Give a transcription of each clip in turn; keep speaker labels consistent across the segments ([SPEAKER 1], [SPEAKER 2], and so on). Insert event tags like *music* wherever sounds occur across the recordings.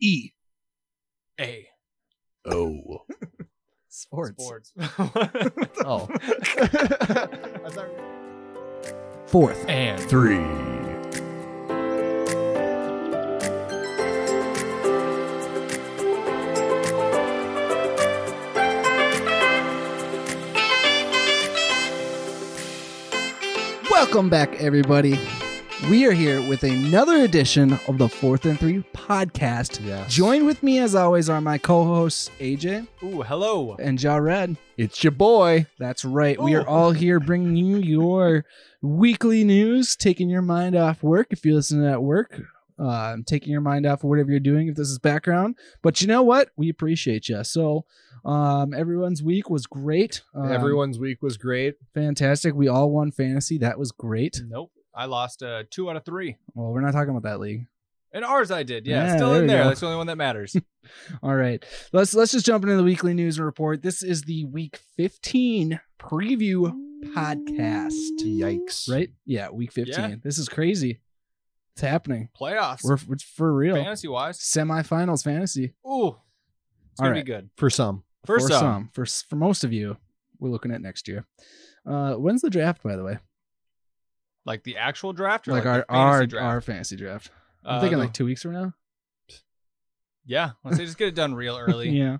[SPEAKER 1] E A.
[SPEAKER 2] Oh.
[SPEAKER 3] Sports.
[SPEAKER 4] Sports. *laughs*
[SPEAKER 3] Oh.
[SPEAKER 4] I thought-
[SPEAKER 3] Fourth.
[SPEAKER 1] And
[SPEAKER 2] Three.
[SPEAKER 3] Welcome back, everybody. We are here with another edition of the Fourth and Three podcast.
[SPEAKER 2] Yeah.
[SPEAKER 3] Joined with me, as always, are my co hosts, AJ
[SPEAKER 4] Ooh, hello.
[SPEAKER 3] and Ja Red.
[SPEAKER 2] It's your boy.
[SPEAKER 3] That's right. We
[SPEAKER 4] Ooh.
[SPEAKER 3] are all here bringing you your weekly news, taking your mind off work if you listen to that work, um, taking your mind off of whatever you're doing if this is background. But you know what? We appreciate you. So um, everyone's week was great. Um,
[SPEAKER 2] Everyone's week was great.
[SPEAKER 3] fantastic. We all won fantasy. That was great.
[SPEAKER 4] Nope. I lost uh, two out of three.
[SPEAKER 3] Well, we're not talking about that league.
[SPEAKER 4] And ours I did. Yeah,
[SPEAKER 3] Yeah,
[SPEAKER 4] still
[SPEAKER 3] there
[SPEAKER 4] in
[SPEAKER 3] we
[SPEAKER 4] there.
[SPEAKER 3] go.
[SPEAKER 4] That's the only one that matters.
[SPEAKER 3] All right. Let's let's just jump into the weekly news report. This is the week 15 preview podcast.
[SPEAKER 2] Yikes.
[SPEAKER 3] Right? Yeah, week 15.
[SPEAKER 4] Yeah.
[SPEAKER 3] This is crazy. It's happening.
[SPEAKER 4] Playoffs.
[SPEAKER 3] We're it's for real.
[SPEAKER 4] Fantasy wise.
[SPEAKER 3] Semifinals fantasy.
[SPEAKER 4] Ooh. It's going to
[SPEAKER 3] All right.
[SPEAKER 4] be good.
[SPEAKER 2] For some.
[SPEAKER 4] First
[SPEAKER 3] for
[SPEAKER 4] off,
[SPEAKER 3] some, for s- for most of you, we're looking at next year. Uh, when's the draft, by the way?
[SPEAKER 4] like the actual draft or
[SPEAKER 3] like
[SPEAKER 4] like, the
[SPEAKER 3] our
[SPEAKER 4] fantasy
[SPEAKER 3] our
[SPEAKER 4] draft?
[SPEAKER 3] our fantasy draft. I'm
[SPEAKER 4] Uh,
[SPEAKER 3] thinking
[SPEAKER 4] the-
[SPEAKER 3] like two weeks from now.
[SPEAKER 4] Yeah, let's say just get it done real early.
[SPEAKER 3] yeah.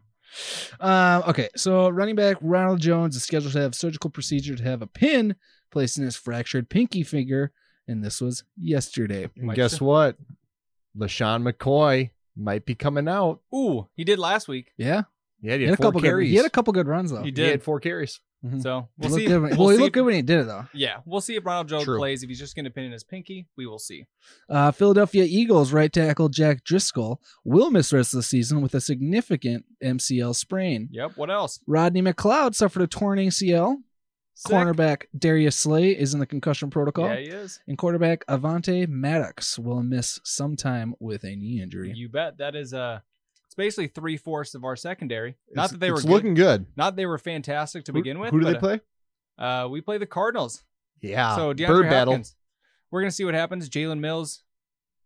[SPEAKER 3] Um, okay, so running back Ronald Jones is scheduled to have surgical procedure to have a pin placed in his fractured pinky finger, and this was yesterday.
[SPEAKER 2] And
[SPEAKER 4] Might
[SPEAKER 2] guess
[SPEAKER 4] still-
[SPEAKER 2] what? LaShawn McCoy might be coming out.
[SPEAKER 4] Ooh, he did last week.
[SPEAKER 3] Yeah,
[SPEAKER 2] Yeah, he
[SPEAKER 3] he
[SPEAKER 2] had,
[SPEAKER 3] had, a
[SPEAKER 2] four
[SPEAKER 3] couple good.
[SPEAKER 2] carries.
[SPEAKER 3] He had a couple good runs though.
[SPEAKER 4] He
[SPEAKER 2] He had
[SPEAKER 4] did.
[SPEAKER 2] four carries.
[SPEAKER 3] Mhm.
[SPEAKER 4] So
[SPEAKER 3] He
[SPEAKER 4] we'll
[SPEAKER 3] looked
[SPEAKER 4] see.
[SPEAKER 3] good
[SPEAKER 4] We'll,
[SPEAKER 3] when- well, he
[SPEAKER 4] see
[SPEAKER 3] looked
[SPEAKER 4] if-
[SPEAKER 3] good when he did it though.
[SPEAKER 4] Yeah, we'll see if Ronald Jones
[SPEAKER 2] True.
[SPEAKER 4] plays. If he's just going to pin in his pinky, we will see.
[SPEAKER 3] Uh, Philadelphia Eagles right tackle Jack Driscoll will miss rest of the season with a significant MCL sprain.
[SPEAKER 4] Yep. What else?
[SPEAKER 3] Rodney McLeod suffered a torn ACL.
[SPEAKER 4] Sick.
[SPEAKER 3] Cornerback Darius Slay is in the concussion protocol.
[SPEAKER 4] Yeah, he is.
[SPEAKER 3] And quarterback Avante Maddox will miss some time with a knee injury.
[SPEAKER 4] You bet. That is Uh, it's basically three fourths of our secondary. Not
[SPEAKER 2] It's-
[SPEAKER 4] that they were
[SPEAKER 2] it's
[SPEAKER 4] good.
[SPEAKER 2] looking good.
[SPEAKER 4] Not that they were fantastic to begin with.
[SPEAKER 2] Who do they
[SPEAKER 4] but,
[SPEAKER 2] play?
[SPEAKER 4] Uh, we play the Cardinals.
[SPEAKER 2] Yeah.
[SPEAKER 4] so DeAndre
[SPEAKER 2] Bird battle.
[SPEAKER 4] Hopkins. We're gonna see what happens. Jalen Mills,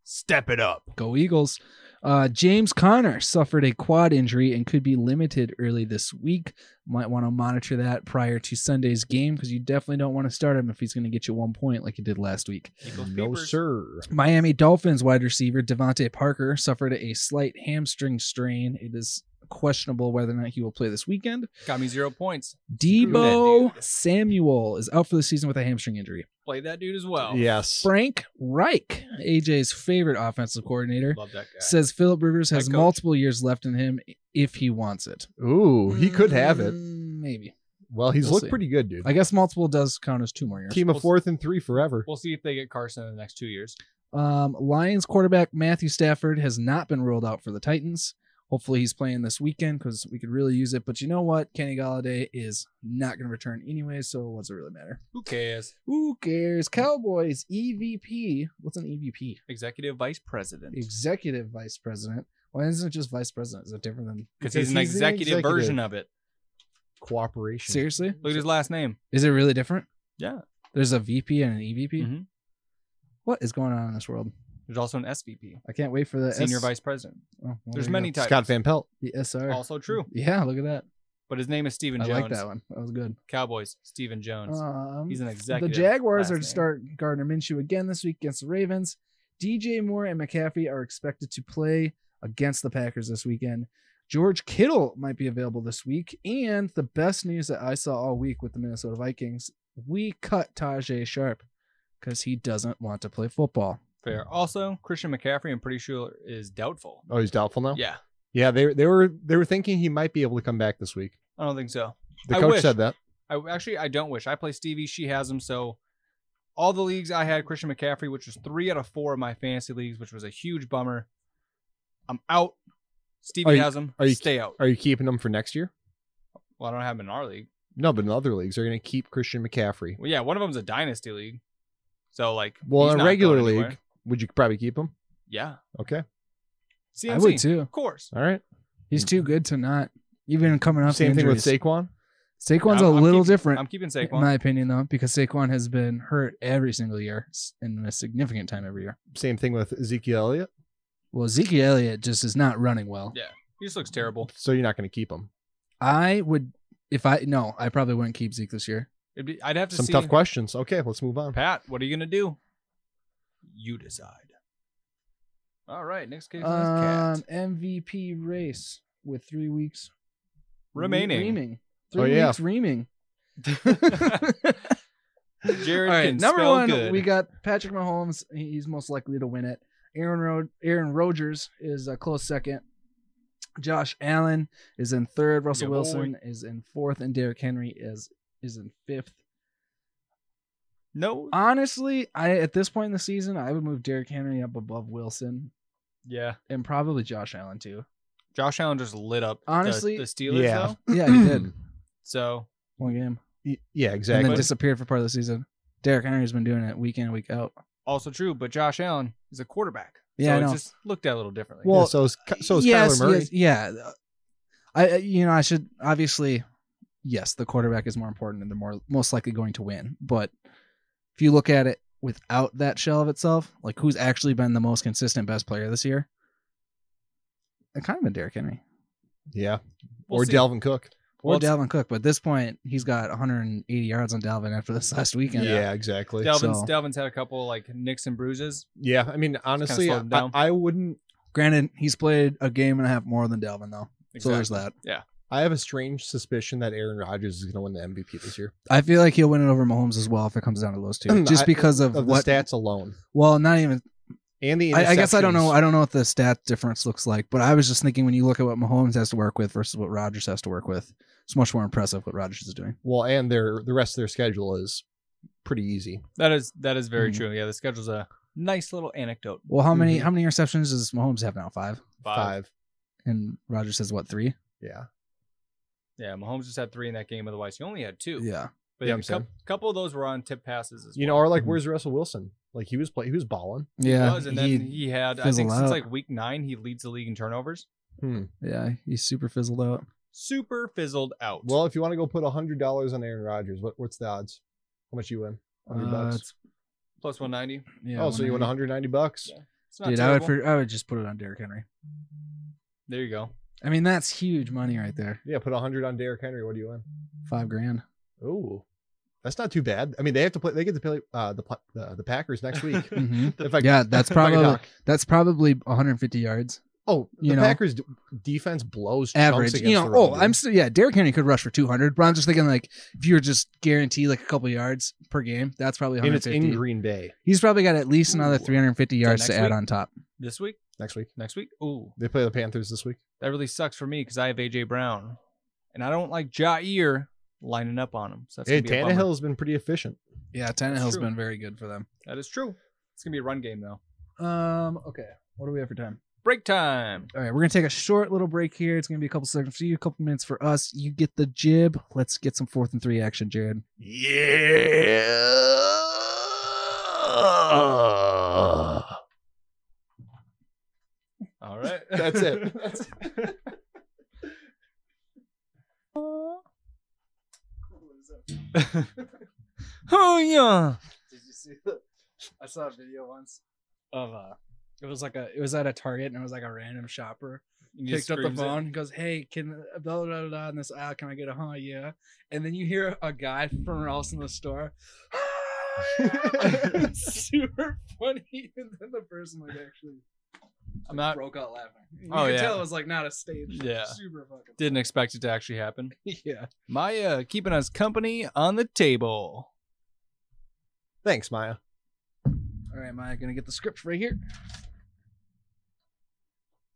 [SPEAKER 4] step it up.
[SPEAKER 3] Go Eagles. Uh, James Conner suffered a quad injury and could be limited early this week. Might want to monitor that prior to Sunday's game because you definitely don't want to start him if he's going to get you one point like he did last week.
[SPEAKER 4] Eagles
[SPEAKER 2] No,
[SPEAKER 4] peepers.
[SPEAKER 2] sir.
[SPEAKER 3] Miami Dolphins wide receiver Devontae Parker suffered a slight hamstring strain. It is questionable whether or not he will play this weekend.
[SPEAKER 4] Got me zero points.
[SPEAKER 3] Debo
[SPEAKER 4] that dude.
[SPEAKER 3] Samuel is out for the season with a hamstring injury.
[SPEAKER 4] Play that dude as well.
[SPEAKER 2] Yes.
[SPEAKER 3] Frank Reich, AJ's favorite offensive coordinator,
[SPEAKER 4] Love that guy.
[SPEAKER 3] says Philip Rivers has
[SPEAKER 4] Head coach.
[SPEAKER 3] multiple years left in him if he wants it.
[SPEAKER 2] Ooh, he could have it.
[SPEAKER 3] Mm, Maybe.
[SPEAKER 2] Well, he's
[SPEAKER 3] We'll
[SPEAKER 2] looked
[SPEAKER 3] see.
[SPEAKER 2] pretty good, dude.
[SPEAKER 3] I guess multiple does count as two more years.
[SPEAKER 2] Team
[SPEAKER 4] We'll
[SPEAKER 2] of
[SPEAKER 4] see.
[SPEAKER 2] fourth and three forever.
[SPEAKER 4] We'll see if they get Carson in the next two years.
[SPEAKER 3] Um, Lions quarterback Matthew Stafford has not been ruled out for the Titans. Hopefully he's playing this weekend because we could really use it. But you know what? Kenny Galladay is not going to return anyway, so what does it really matter?
[SPEAKER 4] Who cares?
[SPEAKER 3] Who cares? Cowboys EVP. What's an EVP?
[SPEAKER 4] Executive vice president.
[SPEAKER 3] Executive vice president. Why isn't it just vice president? Is it different than
[SPEAKER 4] Because he's an executive, version of it.
[SPEAKER 2] cooperation.
[SPEAKER 3] seriously?
[SPEAKER 4] Look at his last name.
[SPEAKER 3] Is it really different?
[SPEAKER 4] Yeah.
[SPEAKER 3] There's a VP and an EVP.
[SPEAKER 4] Mhm.
[SPEAKER 3] What is going on in this world?
[SPEAKER 4] There's also an SVP,
[SPEAKER 3] I can't wait for the
[SPEAKER 4] senior
[SPEAKER 3] S-
[SPEAKER 4] vice president.
[SPEAKER 3] Oh, well, there
[SPEAKER 4] There's
[SPEAKER 3] you go.
[SPEAKER 4] many types.
[SPEAKER 2] Scott Van Pelt.
[SPEAKER 3] The SR.
[SPEAKER 4] Also true,
[SPEAKER 3] Yeah, look at that.
[SPEAKER 4] but his name is Stephen
[SPEAKER 3] I
[SPEAKER 4] Jones.
[SPEAKER 3] like that one. That was good.
[SPEAKER 4] Cowboys, Stephen Jones.
[SPEAKER 3] Um,
[SPEAKER 4] he's an
[SPEAKER 3] the
[SPEAKER 4] executive.
[SPEAKER 3] Jaguars
[SPEAKER 4] last
[SPEAKER 3] are to
[SPEAKER 4] name.
[SPEAKER 3] start Gardner Minshew again this week against the Ravens. DJ Moore and McCaffrey are expected to play against the Packers this weekend. George Kittle might be available this week. And the best news that I saw all week with the Minnesota Vikings we cut Tajay Sharp because he doesn't want to play football.
[SPEAKER 4] Fair. Also, Christian McCaffrey, I'm pretty sure, is doubtful.
[SPEAKER 2] Oh, he's doubtful now.
[SPEAKER 4] Yeah,
[SPEAKER 2] Yeah, they they were they were thinking he might be able to come back this week.
[SPEAKER 4] I don't think so.
[SPEAKER 2] The
[SPEAKER 4] I
[SPEAKER 2] coach
[SPEAKER 4] wish.
[SPEAKER 2] said that.
[SPEAKER 4] I actually I don't wish. I play Stevie. She has him. So all the leagues I had Christian McCaffrey, which was three out of four of my fantasy leagues, which was a huge bummer. I'm out. Stevie
[SPEAKER 2] Are you-
[SPEAKER 4] has him.
[SPEAKER 2] are you-
[SPEAKER 4] Stay out.
[SPEAKER 2] Are you keeping him for next year?
[SPEAKER 4] well, I don't have him in our league.
[SPEAKER 2] No, but in other leagues, they're going to keep Christian McCaffrey.
[SPEAKER 4] Well, yeah, one of them's a dynasty league. So like,
[SPEAKER 2] Well,
[SPEAKER 4] he's
[SPEAKER 2] in
[SPEAKER 4] not
[SPEAKER 2] a regular
[SPEAKER 4] going
[SPEAKER 2] league,
[SPEAKER 4] anywhere.
[SPEAKER 2] would you probably keep him?
[SPEAKER 4] yeah,
[SPEAKER 2] Okay,
[SPEAKER 4] CMC,
[SPEAKER 3] I would too.
[SPEAKER 4] of course.
[SPEAKER 2] all right.
[SPEAKER 3] He's
[SPEAKER 4] Mm-hmm.
[SPEAKER 3] too good to not even coming off.
[SPEAKER 2] Same
[SPEAKER 3] the
[SPEAKER 2] thing with
[SPEAKER 3] injuries.
[SPEAKER 2] Saquon.
[SPEAKER 3] Saquon's
[SPEAKER 4] I'm-
[SPEAKER 3] a
[SPEAKER 4] I'm
[SPEAKER 3] little
[SPEAKER 4] keeping-
[SPEAKER 3] different.
[SPEAKER 4] I'm keeping
[SPEAKER 3] in
[SPEAKER 4] Saquon.
[SPEAKER 3] my opinion, though, because Saquon has been hurt every single year s- and a significant time every year.
[SPEAKER 2] Same thing with Ezekiel Elliott.
[SPEAKER 3] Well, Ezekiel Elliott just is not running well.
[SPEAKER 4] Yeah. He just looks terrible.
[SPEAKER 2] So you're not going to keep him.
[SPEAKER 3] I would, if I no, I probably wouldn't keep Zeke this year.
[SPEAKER 4] It'd be, I'd have to
[SPEAKER 2] Some
[SPEAKER 4] see.
[SPEAKER 2] tough questions. Okay, let's move on.
[SPEAKER 4] Pat, what are you gonna do? You decide. All right, next case is cat
[SPEAKER 3] Um, MVP race with three weeks
[SPEAKER 4] remaining.
[SPEAKER 3] Reaming.
[SPEAKER 2] Oh,
[SPEAKER 3] Three
[SPEAKER 2] yeah.
[SPEAKER 3] weeks reaming.
[SPEAKER 4] *laughs* Jared
[SPEAKER 3] All right,
[SPEAKER 4] can
[SPEAKER 3] number
[SPEAKER 4] spell
[SPEAKER 3] one,
[SPEAKER 4] good.
[SPEAKER 3] we got Patrick Mahomes. He- He's most likely to win it. Aaron Rod- Aaron Rodgers is a close second. Josh Allen is in third. Russell
[SPEAKER 4] Yeah, boy.
[SPEAKER 3] Wilson is in fourth, and Derrick Henry is is in fifth.
[SPEAKER 4] no.
[SPEAKER 3] Honestly, I at this point in the season, I would move Derrick Henry up above Wilson
[SPEAKER 4] yeah,
[SPEAKER 3] and probably Josh Allen
[SPEAKER 2] *clears throat*
[SPEAKER 3] too.
[SPEAKER 4] Josh Allen just lit up. the-
[SPEAKER 3] Honestly,
[SPEAKER 4] the, Steelers
[SPEAKER 2] yeah.
[SPEAKER 4] though.
[SPEAKER 3] *clears throat* Yeah, he did
[SPEAKER 4] So
[SPEAKER 3] one game
[SPEAKER 2] Y- Yeah,
[SPEAKER 3] and
[SPEAKER 2] exactly.
[SPEAKER 3] then disappeared for part of the season. Derrick Henry's been doing it week in, week out.
[SPEAKER 4] also true, but Josh Allen is a quarterback.
[SPEAKER 3] Yeah, I
[SPEAKER 4] so
[SPEAKER 3] know.
[SPEAKER 4] it's just looked at a little differently.
[SPEAKER 2] well, so is, Ky- so is
[SPEAKER 3] yes,
[SPEAKER 2] Kyler Murray.
[SPEAKER 3] yes, yeah. I I- you know I should obviously yes the quarterback is more important and they're more most likely going to win. But if you look at it without that shell of itself, like who's actually been the most consistent best player this year? It kind of been Derrick Henry
[SPEAKER 2] Yeah,
[SPEAKER 4] We'll
[SPEAKER 2] or
[SPEAKER 4] see.
[SPEAKER 2] Delvin Cook.
[SPEAKER 3] or
[SPEAKER 4] Well, it's-
[SPEAKER 3] Dalvin Cook, but at this point he's got 180 yards on Dalvin after this last
[SPEAKER 2] Yeah,
[SPEAKER 3] weekend.
[SPEAKER 2] exactly.
[SPEAKER 4] Delvin's
[SPEAKER 3] so-
[SPEAKER 4] Delvin's had a couple like nicks and bruises.
[SPEAKER 2] yeah, I mean, honestly,
[SPEAKER 4] slowed
[SPEAKER 2] I,
[SPEAKER 4] him down.
[SPEAKER 2] I wouldn't.
[SPEAKER 3] Granted, he's played a game and a half more than Dalvin though, so there's
[SPEAKER 4] Exactly.
[SPEAKER 3] that.
[SPEAKER 2] I have a strange suspicion that Aaron Rodgers is going to win the MVP this year.
[SPEAKER 3] I feel like he'll win it over Mahomes as well if it comes down to those
[SPEAKER 2] *clears throat*
[SPEAKER 3] two, just
[SPEAKER 2] I-
[SPEAKER 3] because of,
[SPEAKER 2] Of the
[SPEAKER 3] what.
[SPEAKER 2] stats alone,
[SPEAKER 3] well, not even
[SPEAKER 2] and the
[SPEAKER 3] I, I guess I don't know.
[SPEAKER 2] interceptions.
[SPEAKER 3] I don't know what the stat difference looks like, but I was just thinking when you look at what Mahomes has to work with versus what Rodgers has to work with, it's much more impressive what Rodgers is doing.
[SPEAKER 2] Well, and their the rest of their schedule is pretty easy.
[SPEAKER 4] That is that is very
[SPEAKER 3] Mhm.
[SPEAKER 4] true. Yeah, the schedule's a nice little anecdote.
[SPEAKER 3] Well, how many
[SPEAKER 2] Mhm.
[SPEAKER 3] how many interceptions does Mahomes have now? Five,
[SPEAKER 2] Five.
[SPEAKER 3] and Rodgers has what three?
[SPEAKER 2] Yeah.
[SPEAKER 4] Yeah, Mahomes just had three in that game. Otherwise, he only had two.
[SPEAKER 3] Yeah,
[SPEAKER 4] But
[SPEAKER 2] Yeah,
[SPEAKER 4] a
[SPEAKER 2] I'm saying.
[SPEAKER 4] couple of those were on tip passes as
[SPEAKER 2] You know,
[SPEAKER 4] well.
[SPEAKER 2] or like,
[SPEAKER 3] Mhm.
[SPEAKER 2] where's Russell Wilson? Like he was play, he was balling.
[SPEAKER 3] yeah,
[SPEAKER 4] was, and then he had I think
[SPEAKER 3] fizzled
[SPEAKER 4] since
[SPEAKER 3] out.
[SPEAKER 4] like week nine he leads the league in turnovers.
[SPEAKER 3] yeah, he's super fizzled out.
[SPEAKER 4] Super fizzled out.
[SPEAKER 2] Well, if you want to go put hundred dollars on Aaron Rodgers, what, what's the odds? How much you win? Hundred
[SPEAKER 3] Uh,
[SPEAKER 2] bucks.
[SPEAKER 3] it's-
[SPEAKER 4] plus one ninety.
[SPEAKER 3] yeah,
[SPEAKER 2] oh, so you win one
[SPEAKER 3] 190.
[SPEAKER 2] hundred ninety bucks?
[SPEAKER 4] Yeah. It's not
[SPEAKER 3] Dude, I would
[SPEAKER 4] terrible.
[SPEAKER 3] for, I would just put it on Derrick Henry.
[SPEAKER 4] there you go.
[SPEAKER 3] I mean, that's huge money right there.
[SPEAKER 2] Yeah, put hundred on Derrick Henry. What do you win?
[SPEAKER 4] *laughs*
[SPEAKER 3] Five grand.
[SPEAKER 2] Oh, that's not too bad. I mean, they have to play. They get to play uh, the pla- uh, the Packers next
[SPEAKER 4] *laughs*
[SPEAKER 2] week.
[SPEAKER 3] Mhm.
[SPEAKER 2] if I
[SPEAKER 3] Yeah, *laughs* that's
[SPEAKER 2] if I can
[SPEAKER 3] probably
[SPEAKER 2] talk.
[SPEAKER 3] that's probably 150 yards.
[SPEAKER 2] Oh, the
[SPEAKER 3] you know.
[SPEAKER 2] Packers d- defense blows chunks
[SPEAKER 3] average.
[SPEAKER 2] against
[SPEAKER 3] You know,
[SPEAKER 2] the run,
[SPEAKER 3] oh,
[SPEAKER 2] dude.
[SPEAKER 3] I'm still yeah. Derrick Henry could rush for 200, but I'm just thinking like if you were just guaranteed like a couple yards per game, that's probably
[SPEAKER 2] and it's
[SPEAKER 3] 150.
[SPEAKER 2] in Green Bay
[SPEAKER 3] He's probably got at least another
[SPEAKER 4] Ooh.
[SPEAKER 3] 350
[SPEAKER 4] Till
[SPEAKER 3] yards to
[SPEAKER 4] next
[SPEAKER 3] add
[SPEAKER 4] week?
[SPEAKER 3] on top.
[SPEAKER 4] This week,
[SPEAKER 2] next week.
[SPEAKER 4] next week. Ooh,
[SPEAKER 2] They play the Panthers this week.
[SPEAKER 4] that really sucks for me because I have AJ Brown, and I don't like Jair lining up on him. So that's
[SPEAKER 2] Hey,
[SPEAKER 4] gonna be a bummer.
[SPEAKER 2] Tannehill's been pretty efficient.
[SPEAKER 3] Yeah, Tannehill's
[SPEAKER 4] true.
[SPEAKER 3] been very good for them.
[SPEAKER 4] That is true. It's gonna be a run game though.
[SPEAKER 3] Um. Okay. What do we have for time?
[SPEAKER 4] Break time.
[SPEAKER 3] All right, we're gonna take a short little break here. It's gonna be a couple seconds for you, a couple minutes for us. You get the jib. Let's get some fourth and three action, Jared.
[SPEAKER 2] Yeah.
[SPEAKER 4] All right, *laughs*
[SPEAKER 2] That's it.
[SPEAKER 4] That's- oh yeah.
[SPEAKER 3] Did you see the? I saw a video once of uh, it was like a it was at a Target and it was like a random shopper
[SPEAKER 4] He just
[SPEAKER 3] picked up the
[SPEAKER 4] screams it.
[SPEAKER 3] phone and goes, "Hey, can blah blah blah, blah in this aisle? Can I get a huh? Yeah." And then you hear a guy from else in
[SPEAKER 4] *laughs*
[SPEAKER 3] the store. *laughs* it's super funny, *laughs* and then the person like actually
[SPEAKER 4] I'm not.
[SPEAKER 3] broke out laughing. You
[SPEAKER 4] Oh,
[SPEAKER 3] could
[SPEAKER 4] yeah.
[SPEAKER 3] tell it was like not a stage.
[SPEAKER 4] Yeah.
[SPEAKER 3] super fucking.
[SPEAKER 4] Didn't expect it to actually happen.
[SPEAKER 3] *laughs* yeah,
[SPEAKER 4] Maya keeping us company on the table.
[SPEAKER 2] Thanks, Maya.
[SPEAKER 3] All right, Maya, gonna get the script right here.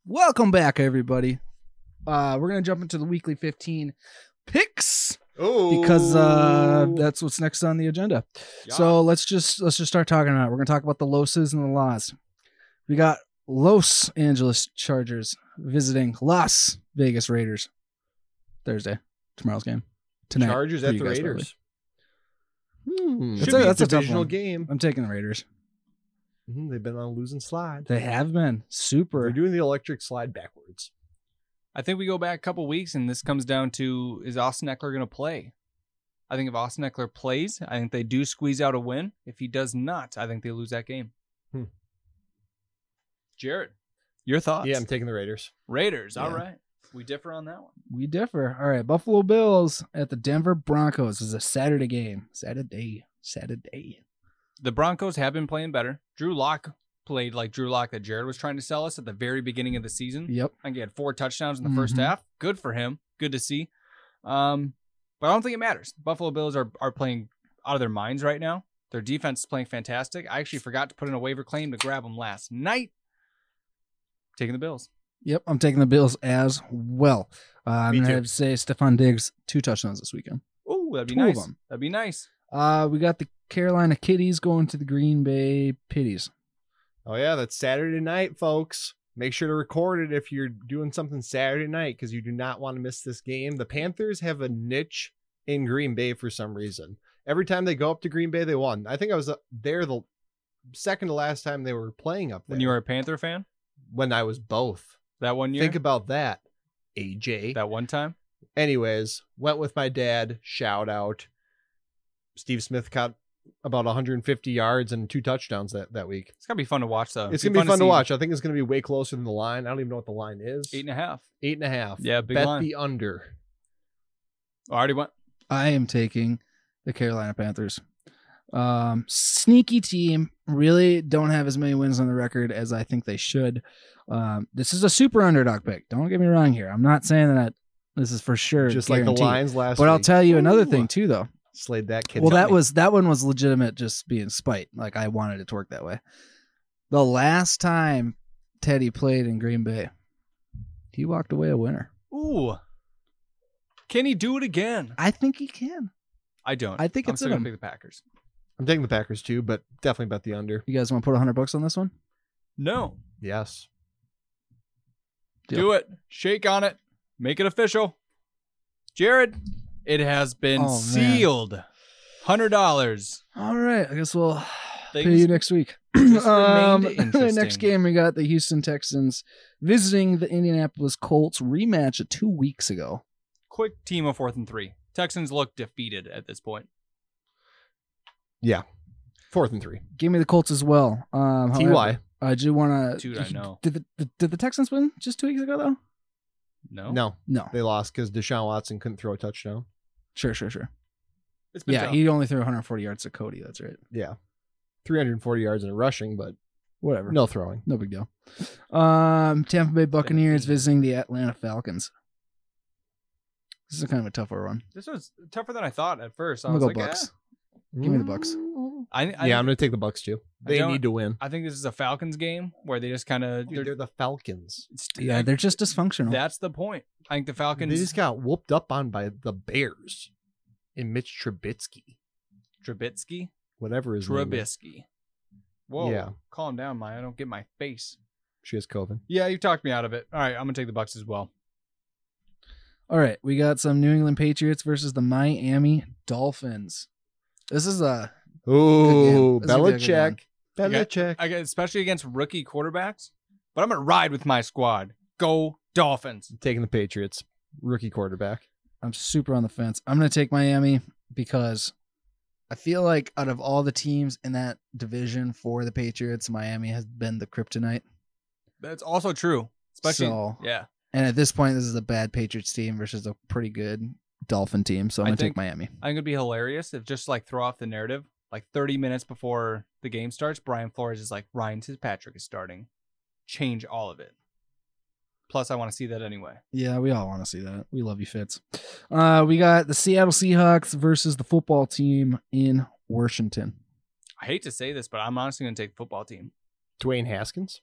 [SPEAKER 3] Welcome back, everybody. Uh, we're gonna jump into the weekly fifteen picks
[SPEAKER 2] Oh,
[SPEAKER 3] because uh, that's what's next on the agenda.
[SPEAKER 4] Yeah.
[SPEAKER 3] So let's just let's just start talking about. It. We're gonna talk about the loses and the laws. We got Los Angeles Chargers visiting Las Vegas Raiders Thursday. Tomorrow's game tonight.
[SPEAKER 2] Chargers
[SPEAKER 3] for
[SPEAKER 2] at
[SPEAKER 3] you
[SPEAKER 2] the
[SPEAKER 3] guys,
[SPEAKER 2] Raiders. Hmm.
[SPEAKER 3] That's
[SPEAKER 2] Should
[SPEAKER 3] a-
[SPEAKER 2] be
[SPEAKER 3] that's a tough
[SPEAKER 2] divisional
[SPEAKER 3] one.
[SPEAKER 2] game.
[SPEAKER 3] probably. I'm taking the Raiders.
[SPEAKER 2] Mhm, they've been on a losing slide.
[SPEAKER 3] They have been
[SPEAKER 2] They're
[SPEAKER 3] super.
[SPEAKER 2] doing the electric slide backwards.
[SPEAKER 4] I think we go back a couple weeks, and this comes down to is Austin Eckler going to play? I think if Austin Eckler plays, I think they do squeeze out a win. If he does not, I think they lose that game.
[SPEAKER 2] Hmm.
[SPEAKER 4] Jared, Your thoughts?
[SPEAKER 2] Yeah, I'm taking the Raiders.
[SPEAKER 4] Raiders. All
[SPEAKER 3] Yeah.
[SPEAKER 4] right. We differ on that one.
[SPEAKER 3] We differ. All right, Buffalo Bills at the Denver Broncos is a Saturday game. Saturday, Saturday.
[SPEAKER 4] The Broncos have been playing better. Drew Lock played like Drew Lock that Jared was trying to sell us at the very beginning of the season.
[SPEAKER 3] Yep.
[SPEAKER 4] I think he had four touchdowns in the first
[SPEAKER 3] Mhm.
[SPEAKER 4] half. Good for him. Good to see. Um, but I don't think it matters. Buffalo Bills are are playing out of their minds right now. Their defense is playing fantastic. I actually forgot to put in a waiver claim to grab them last night. Taking the Bills.
[SPEAKER 3] Yep, I'm taking the Bills as well. Uh, I'm
[SPEAKER 2] Me
[SPEAKER 3] gonna
[SPEAKER 2] too.
[SPEAKER 3] have to say Stephon Diggs two touchdowns this weekend.
[SPEAKER 4] Ooh, that'd be
[SPEAKER 3] Two of
[SPEAKER 4] nice.
[SPEAKER 3] them.
[SPEAKER 4] That'd be nice.
[SPEAKER 3] Uh, we got the Carolina Kitties going to the Green Bay Pitties.
[SPEAKER 2] Oh yeah, that's Saturday night, folks. Make sure to record it if you're doing something Saturday night because you do not want to miss this game. The Panthers have a niche in Green Bay for some reason. Every time they go up to Green Bay, they won. I think I was uh, there the second to last time they were playing up there.
[SPEAKER 4] When you were a Panther fan
[SPEAKER 2] when I was both.
[SPEAKER 4] that one year,
[SPEAKER 2] Think about that, AJ.
[SPEAKER 4] that one time.
[SPEAKER 2] Anyways, went with my dad. Shout out. Steve Smith caught about 150 yards and two touchdowns that, that week.
[SPEAKER 4] It's gonna Uh, be fun to watch though.
[SPEAKER 2] It's gonna be fun to
[SPEAKER 4] see
[SPEAKER 2] watch. I think it's gonna be way closer than the line. I don't even know what the line is.
[SPEAKER 4] Eight and a half.
[SPEAKER 2] Eight and a half.
[SPEAKER 4] Yeah, big
[SPEAKER 2] Bet
[SPEAKER 4] line.
[SPEAKER 2] the under.
[SPEAKER 4] Oh, I already went.
[SPEAKER 3] I am taking the Carolina Panthers. Um, sneaky team. Really don't have as many wins on the record as I think they should. Um, this is a super underdog pick. Don't get me wrong here. I'm not saying that this is for sure.
[SPEAKER 2] Just like the
[SPEAKER 3] guaranteed.
[SPEAKER 2] lines last
[SPEAKER 3] But I'll
[SPEAKER 2] week.
[SPEAKER 3] tell you another thing
[SPEAKER 2] Ooh.
[SPEAKER 3] too, though.
[SPEAKER 2] Slayed that kid.
[SPEAKER 3] well, that was that one was legitimate, just being spite. Like I wanted it to work that way. The last time Teddy played in Green Bay, he walked away a winner.
[SPEAKER 4] Ooh. Can he do it again?
[SPEAKER 3] I think he can.
[SPEAKER 4] I don't.
[SPEAKER 3] I think
[SPEAKER 4] I'm
[SPEAKER 3] it's
[SPEAKER 4] still
[SPEAKER 3] in
[SPEAKER 4] gonna
[SPEAKER 3] him.
[SPEAKER 4] pick the Packers.
[SPEAKER 2] I'm taking the Packers too, but definitely bet the under.
[SPEAKER 3] You guys want to put hundred bucks on this one?
[SPEAKER 4] No.
[SPEAKER 2] Yes.
[SPEAKER 3] Deal.
[SPEAKER 4] Do it. Shake on it. Make it official. Jared, it has been
[SPEAKER 3] Oh, man.
[SPEAKER 4] sealed. Hundred dollars.
[SPEAKER 3] All right, I guess we'll
[SPEAKER 4] Things
[SPEAKER 3] pay you next week.
[SPEAKER 4] *clears throat* just
[SPEAKER 3] *laughs*
[SPEAKER 4] remained
[SPEAKER 3] next
[SPEAKER 4] interesting.
[SPEAKER 3] game we got the Houston Texans visiting the Indianapolis Colts rematch of two weeks ago.
[SPEAKER 4] Quick team of fourth and three. Texans look defeated at this point.
[SPEAKER 2] Fourth and three.
[SPEAKER 3] Give me the Colts as well. Um,
[SPEAKER 2] Ty.
[SPEAKER 3] however, I do want
[SPEAKER 4] Dude, I
[SPEAKER 3] to.
[SPEAKER 4] know.
[SPEAKER 3] Did the, the did the Texans win just two weeks ago though?
[SPEAKER 4] No.
[SPEAKER 2] No,
[SPEAKER 3] No.
[SPEAKER 2] they lost because Deshaun Watson couldn't throw a touchdown.
[SPEAKER 3] Sure, sure, sure.
[SPEAKER 4] It's been
[SPEAKER 3] Yeah,
[SPEAKER 4] tough.
[SPEAKER 3] he only threw 140 yards to Cody. That's right.
[SPEAKER 2] Yeah. 340 yards in rushing, but
[SPEAKER 3] Whatever.
[SPEAKER 2] no throwing.
[SPEAKER 3] no big deal. Um, Tampa Bay Buccaneers
[SPEAKER 4] Seventeen.
[SPEAKER 3] visiting the Atlanta Falcons. This is a kind of a tougher one.
[SPEAKER 4] this was tougher than I thought at first. I
[SPEAKER 3] I'm
[SPEAKER 4] was
[SPEAKER 3] gonna
[SPEAKER 4] like,
[SPEAKER 3] go Bucks.
[SPEAKER 4] eh.
[SPEAKER 3] Give me the Bucks.
[SPEAKER 2] Mm.
[SPEAKER 4] I, I,
[SPEAKER 2] Yeah, I'm gonna take the Bucks too.
[SPEAKER 4] I
[SPEAKER 2] They
[SPEAKER 4] don't-
[SPEAKER 2] need to win.
[SPEAKER 4] I think this is a Falcons game where they just kind of
[SPEAKER 2] Dude, they're the Falcons.
[SPEAKER 3] Yeah, they're just dysfunctional.
[SPEAKER 4] That's the point. I think the
[SPEAKER 2] They
[SPEAKER 4] Falcons.
[SPEAKER 2] just got whooped up on by the Bears and Mitch Trubisky,
[SPEAKER 4] Trubisky.
[SPEAKER 2] whatever his name is.
[SPEAKER 4] Trubisky. Whoa.
[SPEAKER 2] Yeah.
[SPEAKER 4] Calm down, Maya. Don't get my face.
[SPEAKER 2] She has COVID.
[SPEAKER 4] Yeah, you talked me out of it. All right, I'm gonna take the Bucks as well.
[SPEAKER 3] All right, we got some New England Patriots versus the Miami Dolphins. This is a
[SPEAKER 2] Ooh,
[SPEAKER 3] This is gonna be a good
[SPEAKER 2] Belichick.
[SPEAKER 4] one. You got-
[SPEAKER 2] Belichick.
[SPEAKER 4] I guess, especially against rookie quarterbacks. But I'm gonna ride with my squad. Go Dolphins.
[SPEAKER 2] Taking the Patriots. Rookie quarterback.
[SPEAKER 3] I'm super on the fence. I'm going to take Miami because I feel like out of all the teams in that division for the Patriots, Miami has been the kryptonite.
[SPEAKER 4] That's also true. Especially,
[SPEAKER 3] So-
[SPEAKER 4] yeah.
[SPEAKER 3] And at this point, this is a bad Patriots team versus a pretty good Dolphin team. So
[SPEAKER 4] I
[SPEAKER 3] I'm going to take
[SPEAKER 4] think-
[SPEAKER 3] Miami.
[SPEAKER 4] I think it'd be hilarious if just like throw off the narrative, like 30 minutes before the game starts, Brian Flores is like Ryan Fitzpatrick is starting. Change all of it. Plus, I want to see that anyway.
[SPEAKER 3] Yeah, we all want to see that. We love you, Fitz. Uh, we got the Seattle Seahawks versus the football team in Washington.
[SPEAKER 4] I hate to say this, but I'm honestly gonna take the football team.
[SPEAKER 2] Dwayne Haskins.